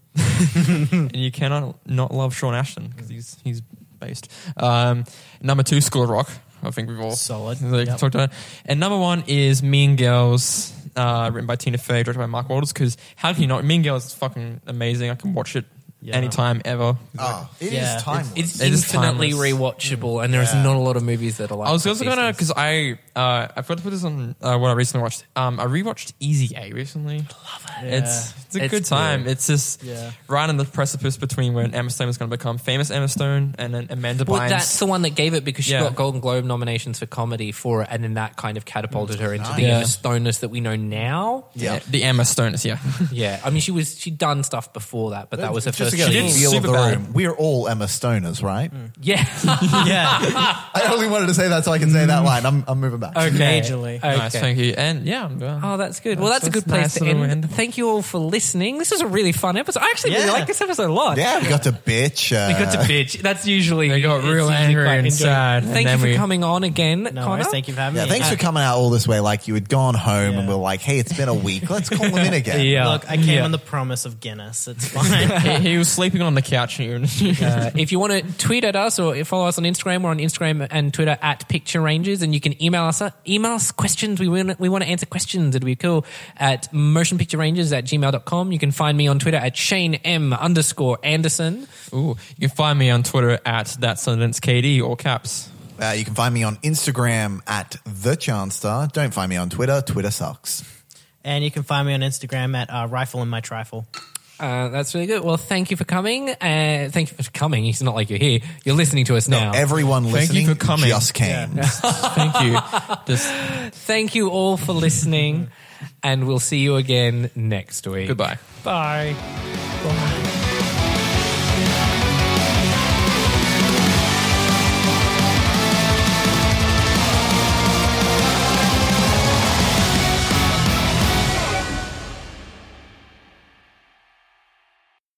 and you cannot not love Sean Astin because he's he's based. Um, number two, School of Rock. I think we've all
Solid.
like,
Yep.
talked about. It. And number one is Mean Girls, uh, written by Tina Fey, directed by Mark Waters. Because how can you not? Mean Girls is fucking amazing. I can watch it
Yeah.
anytime ever.
Oh, it is
Yeah.
timeless.
It's
It is
infinitely
timeless.
rewatchable, and there's
Yeah.
not a lot of movies that are like.
I was
that
also
these
gonna
days.
because I uh, I forgot to put this on uh, what I recently watched. Um, I rewatched Easy A recently. Love it. It's it's a
It's
good time.
good.
It's just
Yeah.
right on the precipice between when Emma Stone is going to become famous Emma Stone and then Amanda
Well,
Bynes.
that's the one that gave it because she
Yeah.
got Golden Globe nominations for comedy for it, and then that kind of catapulted her into the
Yeah.
Emma Stoneness that we know now.
yeah.
the Emma Stone is
[laughs]
yeah.
Yeah, I mean, she was she'd done stuff before that, but that was her
Just
first.
to get
She
a
did
thing.
feel of the
Superbad.
room. We're all Emma Stoners, right?
Mm. [laughs] Yeah.
yeah.
I only wanted to say that so I can say that line. I'm, I'm moving back.
Majorly.
Nice, thank you. And yeah, well,
Oh, that's good. Well,
That's-
that's a good
that's
place
nice
to
little
end.
end.
Thank you all for listening. This was a really fun episode. I actually really
Yeah.
like this episode a lot.
Yeah, we got to bitch. Uh,
We got to bitch. That's usually
They got
it's
real
usually
angry
quite
and
enjoyable.
sad, and
Thank you
then
for
we-
coming on again,
No
Connor.
worries. Thank you for having
Yeah,
me. Uh,
thanks for coming out all this way. Like you had gone home and
Yeah.
we're like, hey, it's been a week. Let's call
[laughs]
them in again.
Yeah.
Look, I came
Yeah.
on the promise of Guinness. It's
[laughs]
fine.
he, he was sleeping on the couch here.
Uh, if you want to tweet at us or follow us on Instagram, we're on Instagram and Twitter at Picture Rangers, and you can email us email us questions. We want we want to answer questions. It'd be cool at motionpicturerangers at gmail.com. You can find me on Twitter at Shane M underscore Anderson.
[laughs] Ooh, you can find me on Twitter at that sentence KD all caps.
Uh, you can find me on Instagram at the Chanstar. Don't find me on Twitter. Twitter sucks.
and you can find me on Instagram at uh, Rifle and My Trifle.
Uh, that's really good. Well, thank you for coming. Uh, thank you for coming. It's not like you're here. You're listening to us now.
Everyone
Thank you
listening
for coming.
just came.
[laughs]
Thank you. Just
thank you all for listening, and we'll see you again next week.
goodbye.
Bye.